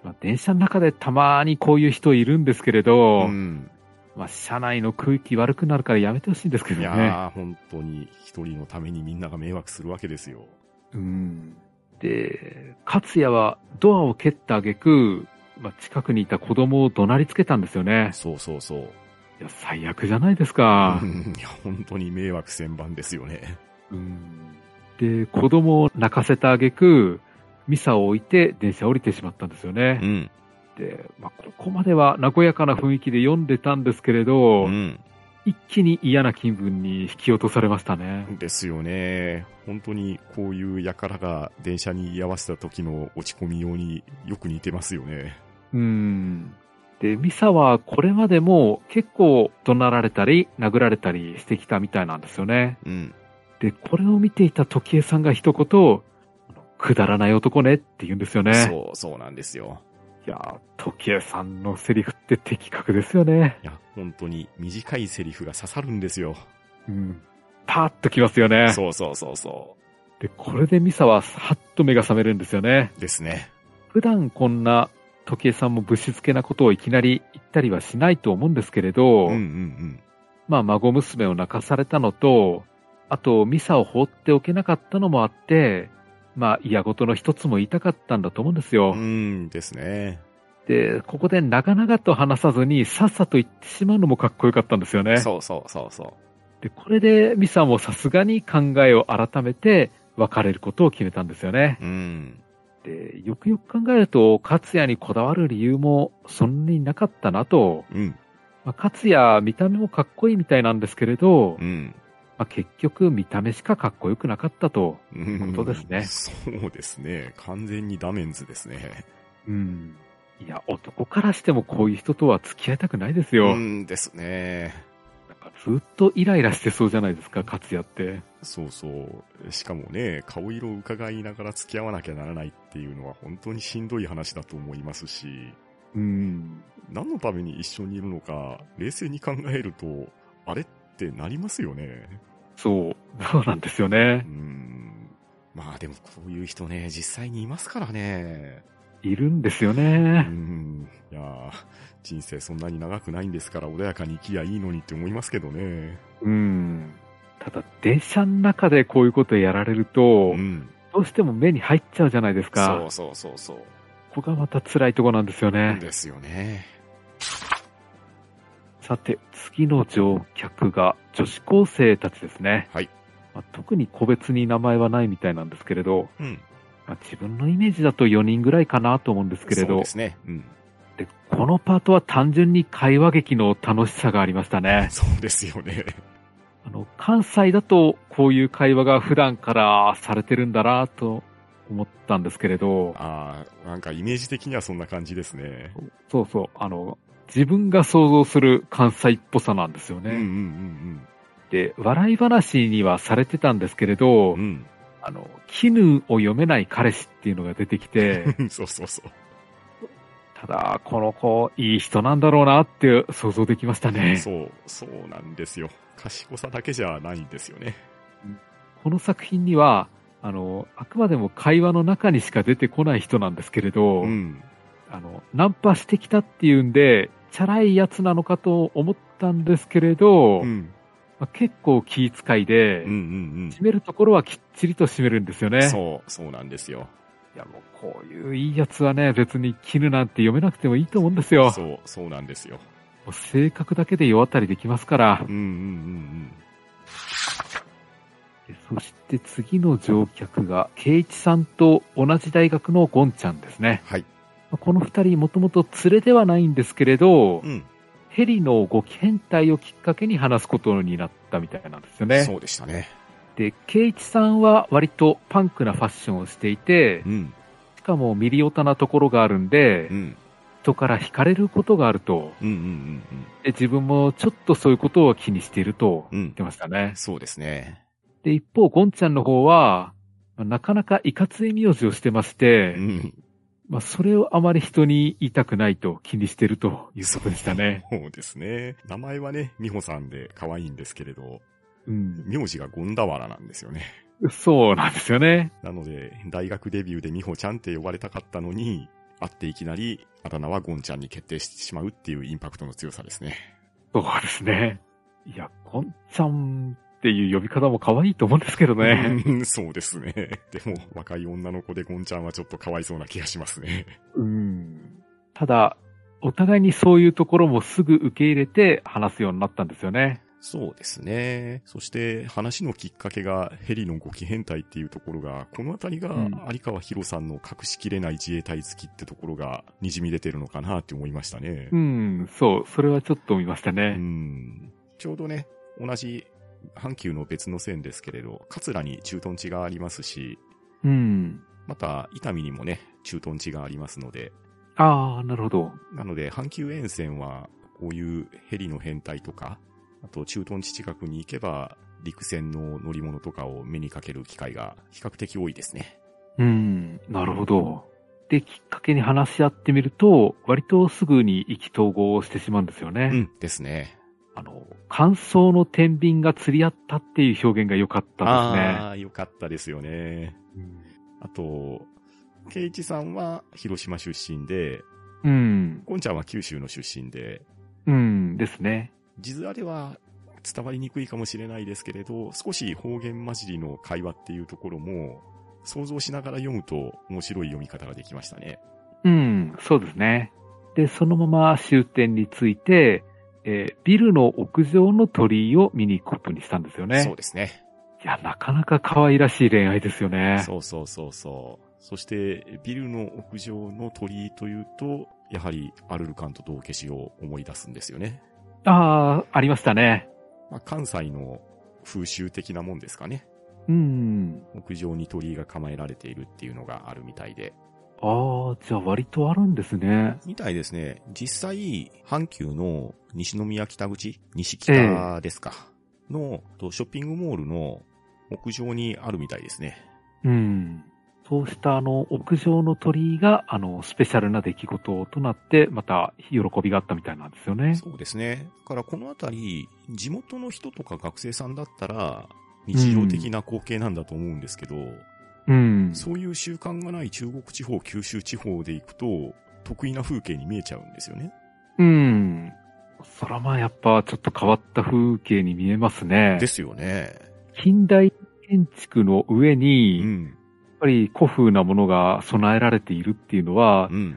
Speaker 2: まあ、電車の中でたまにこういう人いるんですけれど、
Speaker 1: うん。
Speaker 2: まあ、車内の空気悪くなるからやめてほしいんですけど
Speaker 1: い
Speaker 2: ね。
Speaker 1: やー、本当に一人のためにみんなが迷惑するわけですよ。
Speaker 2: うん。で、勝也はドアを蹴った挙句、まあ、近くにいた子供を怒鳴りつけたんですよね。
Speaker 1: そうそうそう。
Speaker 2: いや、最悪じゃないですか
Speaker 1: う。んいや、本当に迷惑千番ですよね。
Speaker 2: うんで、子供を泣かせた挙句、ミサを置いて電車を降りてしまったんですよ
Speaker 1: う
Speaker 2: ね。
Speaker 1: ん。
Speaker 2: で、まあ、ここまでは和やかな雰囲気で読んでたんですけれど、
Speaker 1: うん。
Speaker 2: 一気に嫌な気分に引き落とされましたね。
Speaker 1: ですよね。本当にこういう輩が電車に居合わせた時の落ち込みようによく似てますよね。
Speaker 2: うん。で、ミサはこれまでも結構怒鳴られたり殴られたりしてきたみたいなんですよね。
Speaker 1: うん。
Speaker 2: で、これを見ていた時江さんが一言、くだらない男ねって言うんですよね。
Speaker 1: そう、そうなんですよ。
Speaker 2: いやー、時江さんのセリフって的確ですよね。
Speaker 1: いや、本当に短いセリフが刺さるんですよ。
Speaker 2: うん。パーッときますよね。
Speaker 1: そうそうそうそ
Speaker 2: で、これでミサははっと目が覚めるんですよね。
Speaker 1: う。ですね。
Speaker 2: 普段こんな時江さんもぶしつけなことをいきなり言ったりはしないと思うんですけれど、
Speaker 1: うんうんうん。
Speaker 2: まあ孫娘を泣かされたのと、あとミサを放っておけなかったのもあって、まあ嫌事の一つも言いたかったんだと思うんですよ。
Speaker 1: うんですね。
Speaker 2: で、ここで長々と話さずにさっさと言ってしまうのもかっこよかったんですよね。
Speaker 1: そうそうそうそ
Speaker 2: で、これでミサもさすがに考えを改めて別れることを決めたんですよね。
Speaker 1: う。うん。
Speaker 2: で、よくよく考えると、勝也にこだわる理由もそんなになかったなと。
Speaker 1: うん。
Speaker 2: まあ、勝也、見た目もかっこいいみたいなんですけれど、
Speaker 1: う
Speaker 2: ま
Speaker 1: ん。
Speaker 2: あ、結局見た目しかかっこよくなかったと。
Speaker 1: うん
Speaker 2: ことですね
Speaker 1: そうですね。完全にダメンズですね。
Speaker 2: うん。いや、男からしてもこういう人とは付き合いたくないです
Speaker 1: う
Speaker 2: よ。
Speaker 1: んですね。
Speaker 2: なんかずっとイライラしてそうじゃないですか、勝也って。
Speaker 1: そうそう。しかもね、顔色を伺いながら付き合わなきゃならないっていうのは本当にしんどい話だと思いますし、
Speaker 2: うん。
Speaker 1: 何のために一緒にいるのか、冷静に考えると、あれってなりますよね。
Speaker 2: そう。そうなんですよね
Speaker 1: う。ん。まあでもこういう人ね、実際にいますからね。
Speaker 2: いるんですよ
Speaker 1: う
Speaker 2: ね。
Speaker 1: ん。いやー人生そんなに長くないんですから穏やかに生きやいいのにって思いますけどね。
Speaker 2: うん。ただ、電車の中でこういうことやられると、
Speaker 1: ん。
Speaker 2: どうしても目に入っちゃうじゃないですか。
Speaker 1: そうそうそうそう。
Speaker 2: ここがまた辛いとこなんですよね。
Speaker 1: ですよね。
Speaker 2: さて、次の乗客が女子高生たちですね。
Speaker 1: はい。
Speaker 2: まあ、特に個別に名前はないみたいなんですけれど、
Speaker 1: うん。
Speaker 2: まあ、自分のイメージだと4人ぐらいかなと思うんですけれ
Speaker 1: そう
Speaker 2: ど
Speaker 1: で、すね。うん。
Speaker 2: でこのパートは単純に会話劇の楽しさがありましたね。
Speaker 1: そうですよね。
Speaker 2: あの、関西だとこういう会話が普段からされてるんだなと思ったんですけれど、
Speaker 1: ああ、なんかイメージ的にはそんな感じですね。
Speaker 2: そうそう、あの、自分が想像する関西っぽさなんですよ
Speaker 1: う
Speaker 2: ね。
Speaker 1: んうん
Speaker 2: で、笑い話にはされてたんですけれど、
Speaker 1: うんうん。
Speaker 2: あの、絹を読めない彼氏っていうのが出て きて、
Speaker 1: うん。そうそうそう。
Speaker 2: ただ、この子、いい人なんだろうなって想像できましたね。
Speaker 1: そう、そうなんですよ。賢さだけじゃないんですよね。
Speaker 2: この作品には、あの、あくまでも会話の中にしか出てこない人なんですけれど、
Speaker 1: うん。
Speaker 2: あの、ナンパしてきたっていうんで、チャラいやつなのかと思ったんですけれ
Speaker 1: う
Speaker 2: ど、
Speaker 1: ん。うん
Speaker 2: まあ結構気遣いで、
Speaker 1: うんうん。
Speaker 2: 締めるところはきっちりと締めるんですよね。
Speaker 1: そう、そうなんですよ。
Speaker 2: いやもうこういういいやつはね、別に絹なんて読めなくてもいいと思うんですよ。も
Speaker 1: そう、そうなんですよ。
Speaker 2: う性格だけで世渡りできますから
Speaker 1: うん。うんうん
Speaker 2: でそして次の乗客が、圭一さんと同じ大学のゴンちゃんですね。
Speaker 1: はい
Speaker 2: まあこの二人もともと連れではないんですけれど、
Speaker 1: うん。うん。
Speaker 2: ヘリのご検体をきっかけに話すことになったみたいなんですよね。
Speaker 1: そうでしたね。
Speaker 2: で、圭一さんは割とパンクなファッションをしていて
Speaker 1: う、ん。
Speaker 2: しかもミリオタなところがあるんで
Speaker 1: う、ん。
Speaker 2: 人から惹かれることがあると。
Speaker 1: うんうんうんうん。
Speaker 2: で自分もちょっとそういうことを気にしていると
Speaker 1: う
Speaker 2: 言
Speaker 1: ん
Speaker 2: って。ましたね。
Speaker 1: そうですね。
Speaker 2: で、一方、ゴンちゃんの方は、まあなかなかいかつい名字をしてまして、
Speaker 1: うん。
Speaker 2: まあ、それをあまり人に言いたくないと気にしてるということでしたね。
Speaker 1: そうですね。名前はね、美穂さんで可愛いんですけれど、
Speaker 2: うん。
Speaker 1: 名字がゴンダワラなんですよね。
Speaker 2: そうなんですよね。
Speaker 1: なので、大学デビューで美穂ちゃんって呼ばれたかったのに、会っていきなり、あだ名はゴンちゃんに決定してしまうっていうインパクトの強さですね。
Speaker 2: そうですね。いや、ゴンちゃんっていう呼び方も可愛いと思うんですけどね。
Speaker 1: うん そうですね。でも、若い女の子でゴンちゃんはちょっとかわいそうな気がしますね。
Speaker 2: うん。ただ、お互いにそういうところもすぐ受け入れて話すようになったんですよね。
Speaker 1: そうですね。そして、話のきっかけがヘリのご機変態っていうところが、このあたりが
Speaker 2: うん
Speaker 1: 有川博さんの隠しきれない自衛隊好きってところが滲み出てるのかなって思いましたね
Speaker 2: う。ん、そう、それはちょっと見ました
Speaker 1: う
Speaker 2: ね。
Speaker 1: んちょうどね、同じ阪急の別の線ですけれど、桂に駐屯地がありますし、
Speaker 2: うん。
Speaker 1: また、伊丹にもね、駐屯地がありますので、
Speaker 2: ああ、なるほど。
Speaker 1: なので、阪急沿線は、こういうヘリの変態とか、あと駐屯地近くに行けば、陸戦の乗り物とかを目にかける機会が比較的多いですね。
Speaker 2: うん、なるほど。で、きっかけに話し合ってみると、割とすぐに意気投合をしてしまうんですよね。
Speaker 1: うん。ですね。
Speaker 2: あの、感想の天秤が釣り合ったっていう表現が良かったですね。
Speaker 1: ああ、よかったですよね。
Speaker 2: うん
Speaker 1: あと、ケイチさんは広島出身で、
Speaker 2: うん、
Speaker 1: ゴンちゃんは九州の出身で、
Speaker 2: うんですね。
Speaker 1: 地面では伝わりにくいかもしれないですけれど、少し方言混じりの会話っていうところも、想像しながら読むと面白い読み方ができましたね。
Speaker 2: うん、そうですね。で、そのまま終点について、えービルの屋上の鳥居を見に行くことにしたんですよね。
Speaker 1: そうですね。
Speaker 2: いや、なかなか可愛らしい恋愛ですよね。
Speaker 1: そうそうそうそう。そして、ビルの屋上の鳥居というと、やはりアルルカンと道化師を思い出すんですよね。
Speaker 2: ああ、ありましたね。
Speaker 1: まあ、関西の風習的なもんですかね。
Speaker 2: うん。
Speaker 1: 屋上に鳥居が構えられているっていうのがあるみたいで。
Speaker 2: ああ、じゃあ割とあるんですね。
Speaker 1: みたいですね。実際、阪急の西宮北口、西北ですか。の、とショッピングモールの屋上にあるみたいですね。
Speaker 2: うん。そうしたあの、屋上の鳥居が、あの、スペシャルな出来事となって、また、喜びがあったみたいなんですよね。
Speaker 1: そうですね。だからこのあたり、地元の人とか学生さんだったら、日常的な光景なんだと思うんですけど、
Speaker 2: うん。
Speaker 1: そういう習慣がない中国地方、九州地方で行くと、得意な風景に見えちゃうんですよね。
Speaker 2: うん。そらまあやっぱ、ちょっと変わった風景に見えますね
Speaker 1: で。すよね。
Speaker 2: 近代建築の上
Speaker 1: う
Speaker 2: に、やっ
Speaker 1: ん。
Speaker 2: ぱり古風なものが備えられているっていうのは、
Speaker 1: うん。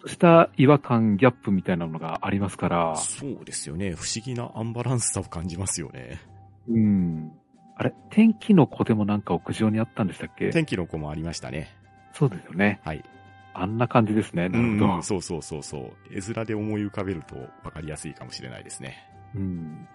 Speaker 2: そうした違和感、ギャップみたいなのがありますから。
Speaker 1: そうですよね。不思議なアンバランスさを感じますよね。
Speaker 2: うん。あれ天気の子でもなんか屋上にあったんでしたっけ
Speaker 1: 天気の子もありましたね。
Speaker 2: そうですよね。
Speaker 1: はい。
Speaker 2: あんな感じですね。なる
Speaker 1: うん
Speaker 2: ほど。
Speaker 1: そうそうそうそう。絵面で思い浮かべると分かりやすいかもしれないですね。
Speaker 2: うん。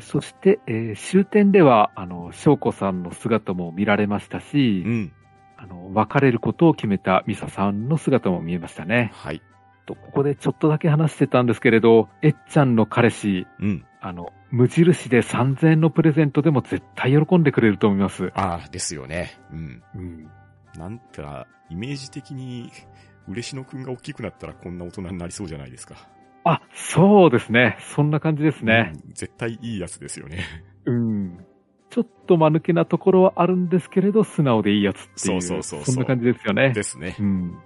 Speaker 2: そして、えー終点では、あの、翔子さんの姿も見られましたし、
Speaker 1: うん。
Speaker 2: あの、別れることを決めたミサさんの姿も見えましたね。
Speaker 1: はい。
Speaker 2: と、ここでちょっとだけ話してたんですけれど、えっちゃんの彼氏、
Speaker 1: うん。
Speaker 2: あの、無印で3000円のプレゼントでも絶対喜んでくれると思います。
Speaker 1: ああ、ですよね。うん。
Speaker 2: うん。
Speaker 1: なんか、イメージ的に、 嬉野くんが大きくなったらこんな大人になりそうじゃないですか。
Speaker 2: あ、そうですね。そんな感じですね。
Speaker 1: うん。絶対いいやつですよね。
Speaker 2: うん。ちょっと間抜けなところはあるんですけれど、素直でいいやつっていう。
Speaker 1: そうそうそうそう
Speaker 2: そんな感じですよね。
Speaker 1: ですね
Speaker 2: う。ん。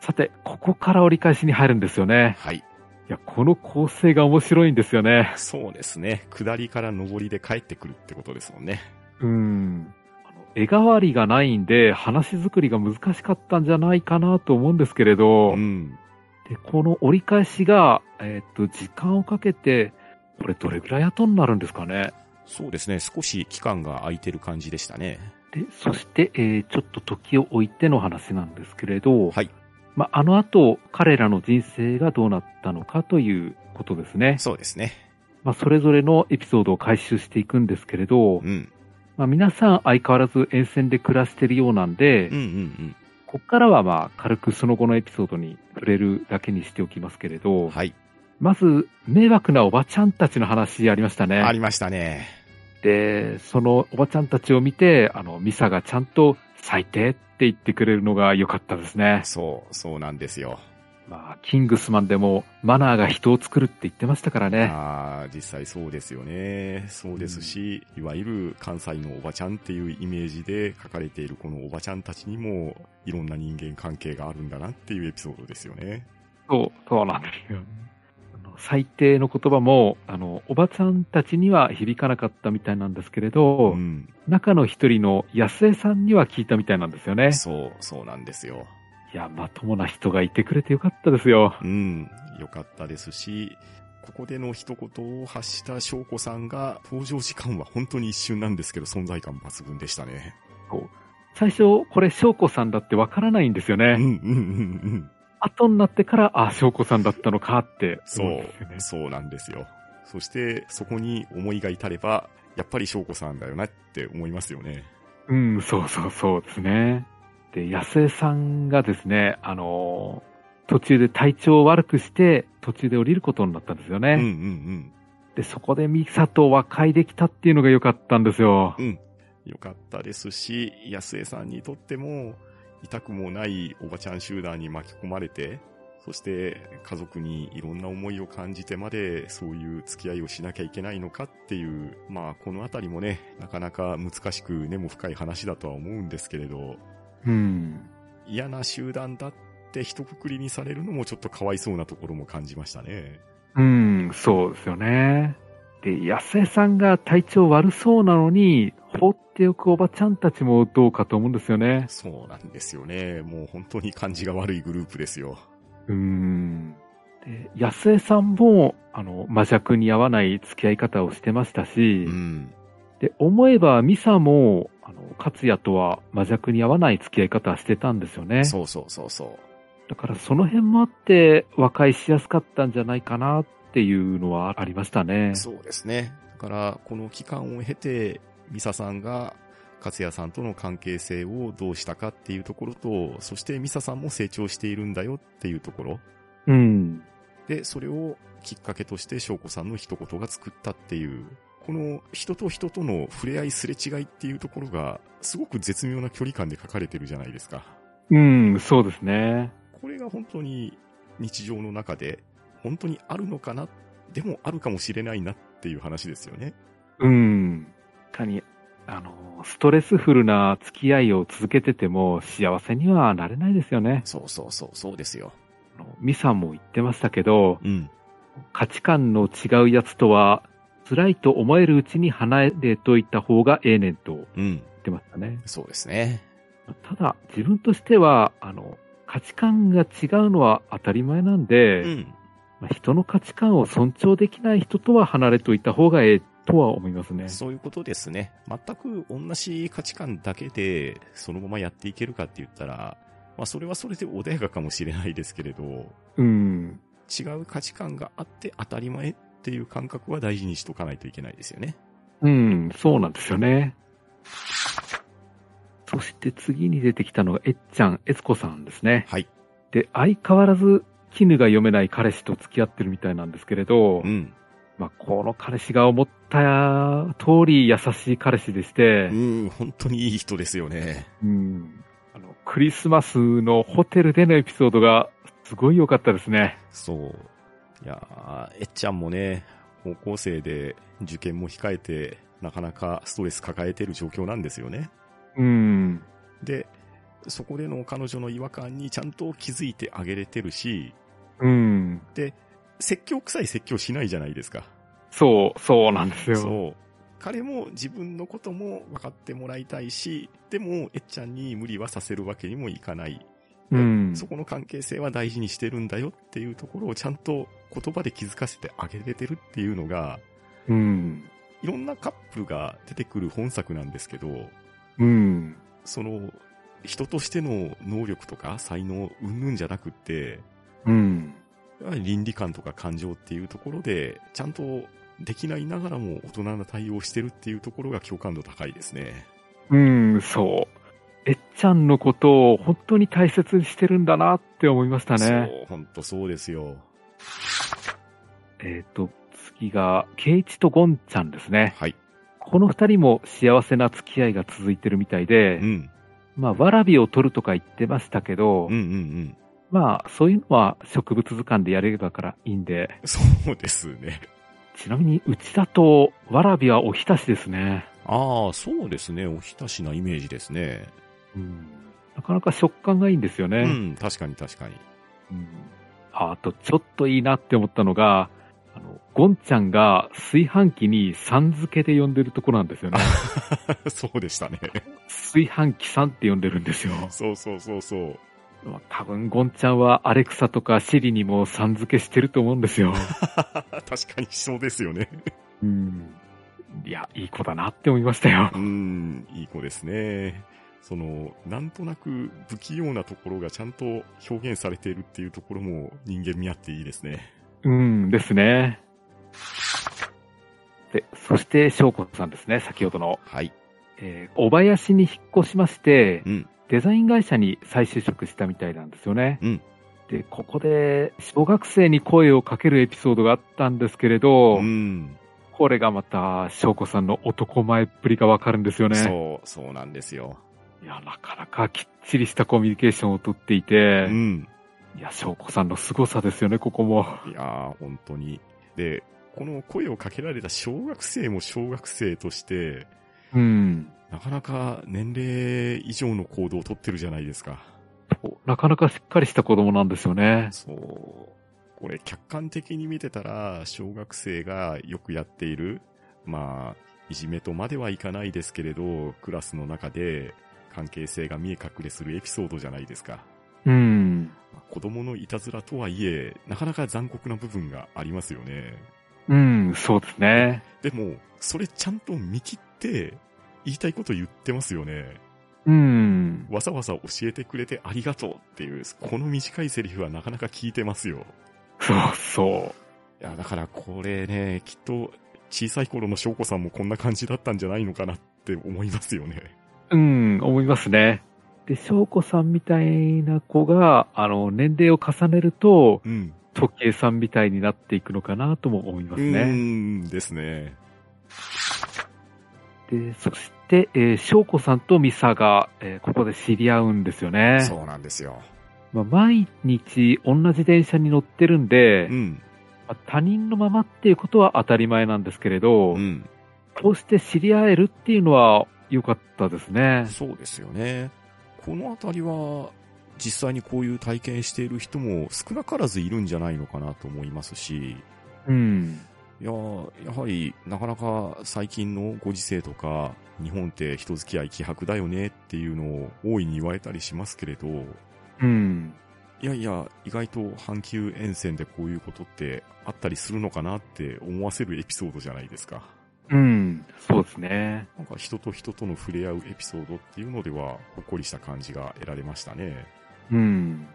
Speaker 2: さて、ここから折り返しに入るんですよね。
Speaker 1: はい。
Speaker 2: いや、この構成が面白いんですよね。
Speaker 1: そうですね。下りから上りで帰ってくるってことですもんね。
Speaker 2: うん。あの絵代わりがないんで、話作りが難しかったんじゃないかなと思うんですけれど、
Speaker 1: うん。
Speaker 2: でこの折り返しが、えっと、時間をかけて、これどれぐらい後になるんですかね。
Speaker 1: そうですね。少し期間が空いてる感じでしたね。
Speaker 2: で、そして、えーちょっと時を置いての話なんですけれど、
Speaker 1: はい。
Speaker 2: まあ、あの後、彼らの人生がどうなったのかということですね。
Speaker 1: そうですね。
Speaker 2: まあ、それぞれのエピソードを回収していくんですけれど、
Speaker 1: うん。
Speaker 2: まあ、皆さん相変わらず沿線で暮らしてるようなんで、
Speaker 1: うんうんうん。
Speaker 2: こっからはまあ軽くその後のエピソードに触れるだけにしておきますけれど、
Speaker 1: はい。
Speaker 2: まず迷惑なおばちゃんたちの話ありました
Speaker 1: あ
Speaker 2: ね。
Speaker 1: りましたね。
Speaker 2: で、そのおばちゃんたちを見て、あの、ミサがちゃんと最低って言ってくれるのが良かったですね。
Speaker 1: そう、そうなんですよ。
Speaker 2: まあ、キングスマンでもマナーが人を作るって言ってましたからね。
Speaker 1: ああ、実際そうですよね。そうですし、いわゆる関西のおばちゃんっていうイメージで書かれているこのおばちゃんたちにも、いろんな人間関係があるんだなっていうエピソードですよね。
Speaker 2: そう、そうなんですよ。あの最低の言葉も、あの、おばちゃんたちには響かなかったみたいなんですけれど、
Speaker 1: うん。
Speaker 2: 中の一人の安江さんには聞いたみたいなんですよね。
Speaker 1: そう、そうなんですよ。
Speaker 2: いや、まともな人がいてくれてよかったですよ。
Speaker 1: うん。よかったですし、ここでの一言を発した翔子さんが、登場時間は本当に一瞬なんですけど、存在感抜群でしたね。
Speaker 2: 最初、これ、翔子さんだってわからないんですよ
Speaker 1: うん、うん、
Speaker 2: ね。
Speaker 1: うん、うん。
Speaker 2: 後になってから、あ、翔子さんだったのかって
Speaker 1: そ
Speaker 2: 思ん
Speaker 1: う
Speaker 2: ですよね、。
Speaker 1: そうなんですよ。そして、そこに思いが至れば、やっぱり翔子さんだよなって思いますよね。
Speaker 2: うん、そうそうそうですね。で、安江さんがですね、あのー途中で体調を悪くして、途中で降りることになったんですよね。
Speaker 1: うん、うん、
Speaker 2: で、そこでミサと和解できたっていうのが良かったんですよ
Speaker 1: う。ん。うん。よかったですし、安江さんにとっても、痛くもないおばちゃん集団に巻き込まれて、そして家族にいろんな思いを感じてまでそういう付き合いをしなきゃいけないのかっていう、まあこのあたりもね、なかなか難しく根も深い話だとは思うんですけれど、
Speaker 2: うん。
Speaker 1: 嫌な集団だって一括りにされるのもちょっとかわいそうなところも感じましたね。
Speaker 2: うん、そうですよね。で、安江さんが体調悪そうなのに、放っておくおばちゃんたちもどうかと思うんですよね。
Speaker 1: そうなんですよね。もう本当に感じが悪いグループですよ。
Speaker 2: うん。で、安江さんも、あの、魔弱に合わない付き合い方をしてましたし、
Speaker 1: うん。
Speaker 2: で、思えばミサも、あの、勝也とは魔弱に合わない付き合い方してたんですよね。
Speaker 1: そうそうそうそ
Speaker 2: だからその辺もあって和解しやすかったんじゃないかなっていうのはありましたね
Speaker 1: う。。そうですね。だから、この期間を経て、ミサさんが、勝也さんとの関係性をどうしたかっていうところと、そしてミサさんも成長しているんだよっていうところ。
Speaker 2: うん。
Speaker 1: で、それをきっかけとして翔子さんの一言が作ったっていう、この人と人との触れ合いすれ違いっていうところが、すごく絶妙な距離感で書かれてるじゃないですか。
Speaker 2: うん、そうですね。
Speaker 1: これが本当に日常の中で、本当にあるのかな、でもあるかもしれないなっていう話ですよね。
Speaker 2: うん。確かに、あの、ストレスフルな付き合いを続けてても幸せにはなれないですよね。
Speaker 1: そうそうそう、そうですよ。
Speaker 2: あのミサも言ってましたけど、
Speaker 1: うん。
Speaker 2: 価値観の違うやつとは、辛いと思えるうちに離れといた方がええねんと言っ
Speaker 1: うん。
Speaker 2: てましたね。
Speaker 1: そうですね。
Speaker 2: ただ、自分としては、あの、価値観が違うのは当たり前なんで、
Speaker 1: うん。
Speaker 2: まあ人の価値観を尊重できない人とは離れといた方がええとは思いますね。
Speaker 1: そういうことですね。全く同じ価値観だけで、そのままやっていけるかって言ったら、まあそれはそれで穏やかかもしれないですけれど、
Speaker 2: うん。
Speaker 1: 違う価値観があって当たり前っていう感覚は大事にしとかないといけないですよね。
Speaker 2: うん、そうなんですよね。そして次に出てきたのが、えっちゃん、えつこさんですね。
Speaker 1: はい。
Speaker 2: で、相変わらず、絹が読めない彼氏と付き合ってるみたいなんですけれど、
Speaker 1: うん。
Speaker 2: まあ、この彼氏が思った通り優しい彼氏でして、
Speaker 1: うん、本当にいい人ですよね。
Speaker 2: うんあの、クリスマスのホテルでのエピソードがすごい良かったですね。
Speaker 1: そう。いやーえっちゃんもね、高校生で受験も控えて、なかなかストレス抱えてる状況なんですよね。
Speaker 2: うん。
Speaker 1: で、そこでの彼女の違和感にちゃんと気づいてあげれてるし、
Speaker 2: うん。
Speaker 1: 説教臭い説教しないじゃないですか。
Speaker 2: そう、そうなんですよ。
Speaker 1: そう。彼も自分のことも分かってもらいたいし、でも、えっちゃんに無理はさせるわけにもいかない。
Speaker 2: うん。
Speaker 1: そこの関係性は大事にしてるんだよっていうところをちゃんと言葉で気づかせてあげれてるっていうのが、
Speaker 2: うん。
Speaker 1: いろんなカップルが出てくる本作なんですけど、
Speaker 2: うん。
Speaker 1: その、人としての能力とか才能、うんぬんじゃなくって、
Speaker 2: うん。
Speaker 1: やはり倫理観とか感情っていうところで、ちゃんとできないながらも大人な対応してるっていうところが共感度高いですね。
Speaker 2: うん、そう。えっちゃんのことを本当に大切にしてるんだなって思いましたね。
Speaker 1: そう、ほんとそうですよ。
Speaker 2: えっ、と、次が、ケイチとゴンちゃんですね。
Speaker 1: はい。
Speaker 2: この二人も幸せな付き合いが続いてるみたいで、
Speaker 1: うん。
Speaker 2: まあ、わらびを取るとか言ってましたけど、
Speaker 1: うんうんうん。
Speaker 2: まあ、そういうのは植物図鑑でやれればからいいんで、
Speaker 1: そうですね。
Speaker 2: ちなみに、うちだと、わらびはおひたしですね。
Speaker 1: ああ、そうですね。おひたしなイメージですね。
Speaker 2: うん。なかなか食感がいいんですよ
Speaker 1: う
Speaker 2: ね。
Speaker 1: ん、確かに確かに。
Speaker 2: うん。ああと、ちょっといいなって思ったのが、ゴンちゃんが炊飯器にさん付けで呼んでるとこなんです よね。
Speaker 1: そうでしたね。
Speaker 2: 炊飯器さんって呼んでるんですよ。
Speaker 1: そうそうそうそう。
Speaker 2: まあ多分ゴンちゃんはアレクサとかシリにもさん付けしてると思うんですよ。
Speaker 1: 確かにそうですよね。
Speaker 2: うん。いや、いい子だなって思いましたよ
Speaker 1: う。ん、いい子ですね。その、なんとなく不器用なところがちゃんと表現されているっていうところも人間味あっていいですね。
Speaker 2: うんですね。で、そして、翔子さんですね、先ほどの。
Speaker 1: はい。
Speaker 2: えー、小林に引っ越しまして、
Speaker 1: うん。
Speaker 2: デザイン会社に再就職したみたいなんですよね。
Speaker 1: うん
Speaker 2: で、ここで、小学生に声をかけるエピソードがあったんですけれど、
Speaker 1: うん。
Speaker 2: これがまた、翔子さんの男前っぷりがわかるんですよね。
Speaker 1: そう、そうなんですよ。
Speaker 2: いや、なかなかきっちりしたコミュニケーションをとっていて、
Speaker 1: うん。
Speaker 2: いや、翔子さんの凄さですよね、ここも。
Speaker 1: いやー、本当に。で、この声をかけられた小学生も小学生として、
Speaker 2: うん。
Speaker 1: なかなか年齢以上の行動をとってるじゃないですか。
Speaker 2: なかなかしっかりした子供なんですよね。
Speaker 1: そう。これ客観的に見てたら、小学生がよくやっている、まあ、いじめとまではいかないですけれど、クラスの中で関係性が見え隠れするエピソードじゃないですか。
Speaker 2: うん。
Speaker 1: 子供のいたずらとはいえ、なかなか残酷な部分がありますよね。
Speaker 2: うん、そうですね。
Speaker 1: でも、それちゃんと見切って、言いたいこと言ってますよね。
Speaker 2: うん。
Speaker 1: わざわざ教えてくれてありがとうっていう、この短いセリフはなかなか聞いてますよ。
Speaker 2: そうそ
Speaker 1: いや、だからこれね、きっと小さい頃の翔子さんもこんな感じだったんじゃないのかなって思いますよね。
Speaker 2: う。うん、思いますね。で、翔子さんみたいな子が、あの、年齢を重ねると、
Speaker 1: うん。
Speaker 2: 時計さんみたいになっていくのかなとも思いま
Speaker 1: う
Speaker 2: すね。
Speaker 1: ーん、ですね。
Speaker 2: で、そして、えー翔子さんとミサが、えーここで知り合うんですよね。
Speaker 1: うなんですよ。
Speaker 2: まあ、毎日同じ電車に乗ってるんで、
Speaker 1: うん。
Speaker 2: まあ他人のままっていうことは当たり前なんですけれど、
Speaker 1: うん。
Speaker 2: こうして知り合えるっていうのは良かったですね。
Speaker 1: そうですよね。このあたりは、実際にこういう体験している人も少なからずいるんじゃないのかなと思いますし、
Speaker 2: うん。
Speaker 1: いやーやはり、なかなか最近のご時世とか、日本って人付き合い希薄だよねっていうのを大いに言われたりしますけれど、
Speaker 2: うん。
Speaker 1: いやいや、意外と阪急沿線でこういうことってあったりするのかなって思わせるエピソードじゃないですか。
Speaker 2: うん。そうですね。
Speaker 1: なんか人と人との触れ合うエピソードっていうのでは、ほっこりした感じが得られましたね。
Speaker 2: うん。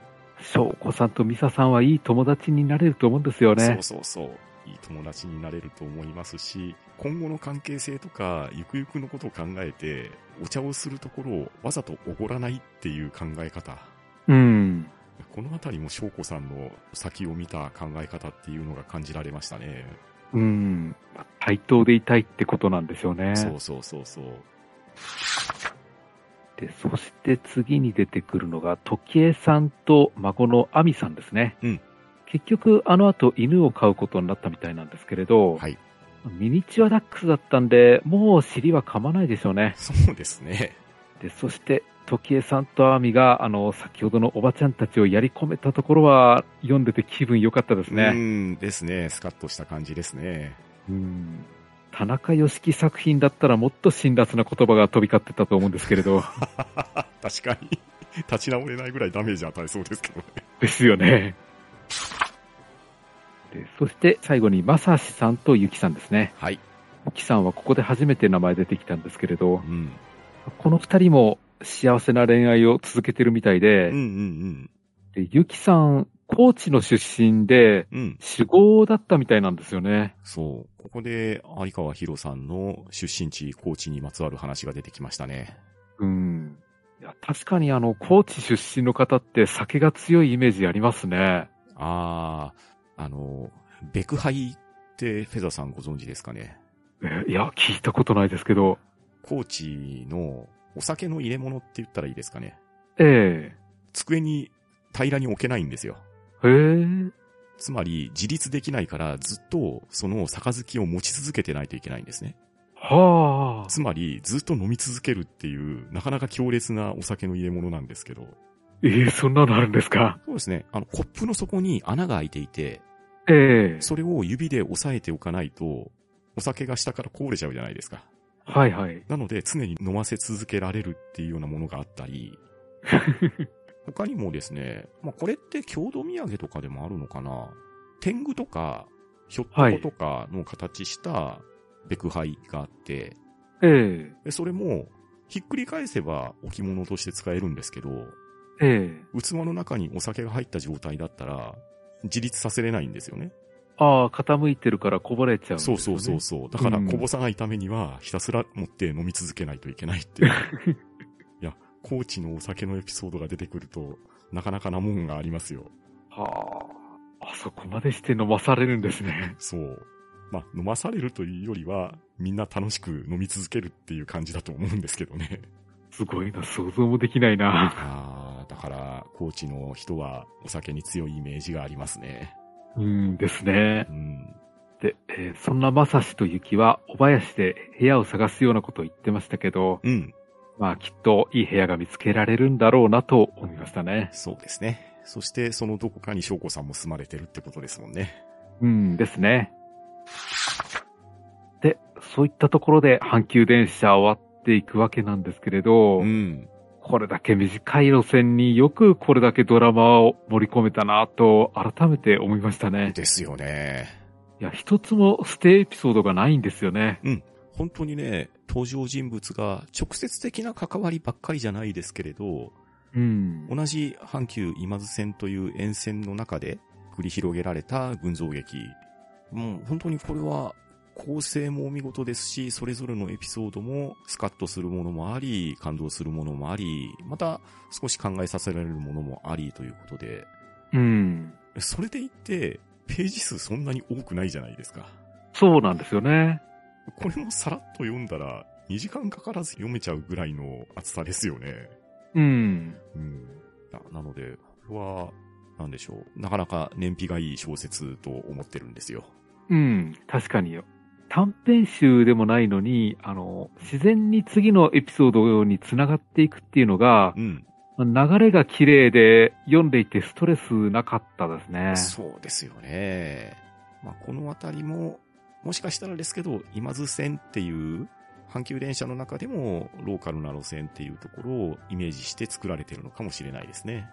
Speaker 2: 翔子さんとミサさんはいい友達になれると思うんですよね
Speaker 1: そう。そうそう。いい友達になれると思いますし、今後の関係性とか、ゆくゆくのことを考えて、お茶をするところをわざとおごらないっていう考え方。
Speaker 2: うん。
Speaker 1: このあたりも翔子さんの先を見た考え方っていうのが感じられましたね。
Speaker 2: うん。まあ対等でいたいってことなんでしょうね。
Speaker 1: そうそうそうそう。
Speaker 2: で、そして次に出てくるのが、時江さんと孫の亜美さんですね。
Speaker 1: うん
Speaker 2: 結局、あの後犬を飼うことになったみたいなんですけれど、
Speaker 1: はい。
Speaker 2: ミニチュアダックスだったんで、もう尻は噛まないでしょうね。
Speaker 1: そうですね。
Speaker 2: で、そして、時江さんとアミが、あの、先ほどのおばちゃんたちをやり込めたところは、読んでて気分良かったです
Speaker 1: う
Speaker 2: ね。
Speaker 1: ん、ですね。スカッとした感じですね。
Speaker 2: うん。田中良樹作品だったらもっと辛辣な言葉が飛び交ってたと思うんですけれ ど、
Speaker 1: 確かに。立ち直れないぐらいダメージ与えそうですけどね。
Speaker 2: ですよね。でそして最後に、まさしさんとゆきさんですね。
Speaker 1: はい。
Speaker 2: ゆきさんはここで初めて名前出てきたんですけれ
Speaker 1: う、
Speaker 2: ど
Speaker 1: ん。
Speaker 2: この二人も幸せな恋愛を続けてるみたい
Speaker 1: うん
Speaker 2: で
Speaker 1: う、ん
Speaker 2: でゆきさん、高知の出身で、
Speaker 1: うん。うん。
Speaker 2: 主語だったみたいなんですよね。
Speaker 1: そう。ここで、有川博さんの出身地、高知にまつわる話が出てきましたね。
Speaker 2: うん。いや確かにあの、高知出身の方って酒が強いイメージありますね。
Speaker 1: あー、あの、ベクハイってフェザーさんご存知ですかね。
Speaker 2: えいや、聞いたことないですけど。
Speaker 1: 高知のお酒の入れ物って言ったらいいですかね。
Speaker 2: え
Speaker 1: 机に平らに置けないんですよ。
Speaker 2: えへえ。
Speaker 1: つまり、自立できないからずっとその杯を持ち続けてないといけないんですね。
Speaker 2: はあ。
Speaker 1: つまり、ずっと飲み続けるっていう、なかなか強烈なお酒の入れ物なんですけど。
Speaker 2: ええそんなのあるんですか。
Speaker 1: そうですね。あの、コップの底に穴が開いていて、
Speaker 2: ええ
Speaker 1: それを指で押さえておかないと、お酒が下からこぼれちゃうじゃないですか。
Speaker 2: はいはい。
Speaker 1: なので常に飲ませ続けられるっていうようなものがあったり、他にもですね、まあこれって郷土土産とかでもあるのかな天狗とか、ひょっとことかの形したベクハイがあって、
Speaker 2: え
Speaker 1: でそれもひっくり返せば置物として使えるんですけど、
Speaker 2: えええ
Speaker 1: 器の中にお酒が入った状態だったら、自立させれないんですよね。
Speaker 2: ああ、傾いてるからこぼれちゃうんです
Speaker 1: そ
Speaker 2: よ
Speaker 1: う
Speaker 2: ね。
Speaker 1: そうそうそう。だから、こぼさないためには、ひたすら持って飲み続けないといけないっていう。 いや、高知のお酒のエピソードが出てくると、なかなかなもんがありますよ。
Speaker 2: はあ。あそこまでして飲まされるんですね。
Speaker 1: そう。まあ、飲まされるというよりは、みんな楽しく飲み続けるっていう感じだと思うんですけど ね。
Speaker 2: すごいな、想像もできないな。
Speaker 1: ああ、だから、高知の人はお酒に強いイメージがありますね。
Speaker 2: うんですね。
Speaker 1: うん。
Speaker 2: で、えーそんなまさしとゆきは、お囃子で部屋を探すようなことを言ってましたけど、
Speaker 1: うん。
Speaker 2: まあきっといい部屋が見つけられるんだろうなと思いましたね。
Speaker 1: そうですね。そして、そのどこかに翔子さんも住まれてるってことですもんね。
Speaker 2: うんですね。で、そういったところで阪急電車終わっていくわけなんですけれど、
Speaker 1: ん。
Speaker 2: これだけ短い路線によくこれだけドラマを盛り込めたなと改めて思いましたね。
Speaker 1: ですよね。
Speaker 2: いや、一つもステイエピソードがないんですよね。
Speaker 1: 本当にね、登場人物が直接的な関わりばっかりじゃないですけれど、
Speaker 2: うん。
Speaker 1: 同じ阪急今津線という沿線の中で繰り広げられた群像劇。もう本当にこれは構成もお見事ですし、それぞれのエピソードもスカッとするものもあり、感動するものもあり、また少し考えさせられるものもありということで、
Speaker 2: うん。
Speaker 1: それでいって、ページ数そんなに多くないじゃないですか。
Speaker 2: そうなんですよね。
Speaker 1: これもさらっと読んだら、2時間かからず読めちゃうぐらいの厚さですよね。
Speaker 2: うん。
Speaker 1: うん。ななので、これは、なんでしょう。なかなか燃費がいい小説と思ってるんですよ。
Speaker 2: うん。確かによ。短編集でもないのに、あの、自然に次のエピソードに繋がっていくっていうのが、
Speaker 1: うん。
Speaker 2: 流れが綺麗で、読んでいてストレスなかったですね。
Speaker 1: そうですよね。まあ、このあたりも、もしかしたらですけど、今津線っていう、阪急電車の中でもローカルな路線っていうところをイメージして作られてるのかもしれないですね。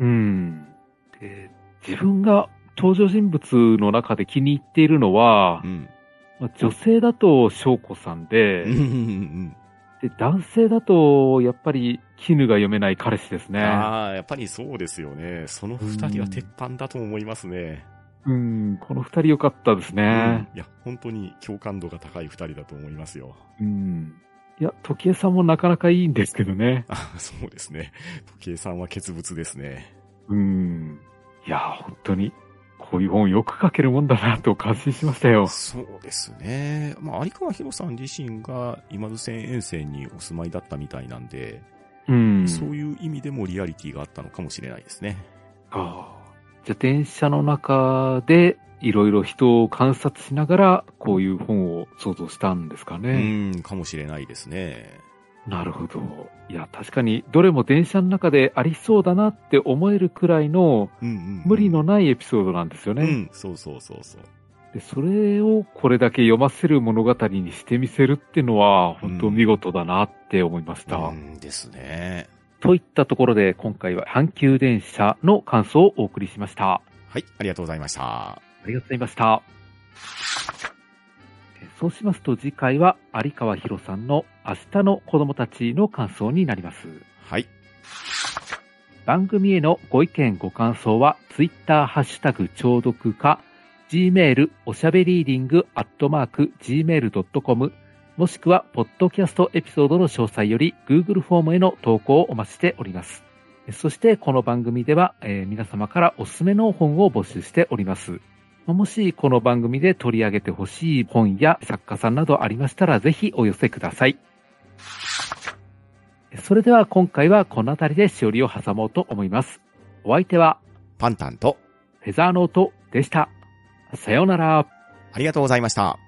Speaker 2: うん。で自分が登場人物の中で気に入っているのは、
Speaker 1: うん。
Speaker 2: まあ女性だと翔子さんで
Speaker 1: うんうん、うん
Speaker 2: で男性だと、やっぱり、絹が読めない彼氏ですね。
Speaker 1: ああ、やっぱりそうですよね。その二人は鉄板だと思いますね。
Speaker 2: うん、この二人良かったですね。
Speaker 1: いや、本当に共感度が高い二人だと思いますよ。
Speaker 2: うん。いや、時計さんもなかなかいいんですけどね。
Speaker 1: あそうですね。時計さんは欠物ですね。
Speaker 2: うん。いや、本当に、こういう本よく書けるもんだなと感心しましたよ。
Speaker 1: そうですね。まあ、有川博さん自身が今津線沿線にお住まいだったみたいなんで、
Speaker 2: うん。
Speaker 1: そういう意味でもリアリティがあったのかもしれないですね。
Speaker 2: ああじゃあ電車の中でいろいろ人を観察しながらこういう本を想像したんですか
Speaker 1: う
Speaker 2: ね。
Speaker 1: ん、かもしれないですね。
Speaker 2: なるほど。いや、確かにどれも電車の中でありそうだなって思えるくらいの
Speaker 1: うんうん、
Speaker 2: 無理のないエピソードなんですよね。
Speaker 1: うん、そうそうそうそう。
Speaker 2: でそれをこれだけ読ませる物語にしてみせるっていうのは本当見事だなって思いました。
Speaker 1: うんですね。
Speaker 2: といったところで今回は阪急電車の感想をお送りしました。
Speaker 1: はい、ありがとうございました。
Speaker 2: ありがとうございました。えそうしますと次回は有川博さんの明日の子供たちの感想になります。
Speaker 1: はい、
Speaker 2: 番組へのご意見ご感想は Twitter ハッシュタグ聴読か Gmail おしゃべりーディングアットマーク Gmail.com もしくはポッドキャストエピソードの詳細より Google フォームへの投稿をお待ちしております。そしてこの番組では、えー皆様からおすすめの本を募集しております。もしこの番組で取り上げてほしい本や作家さんなどありましたらぜひお寄せください。それでは今回はこの辺りでしおりを挟もうと思います。お相手は
Speaker 1: パンタンと、
Speaker 2: フェザーノートでした。さようなら。
Speaker 1: ありがとうございました。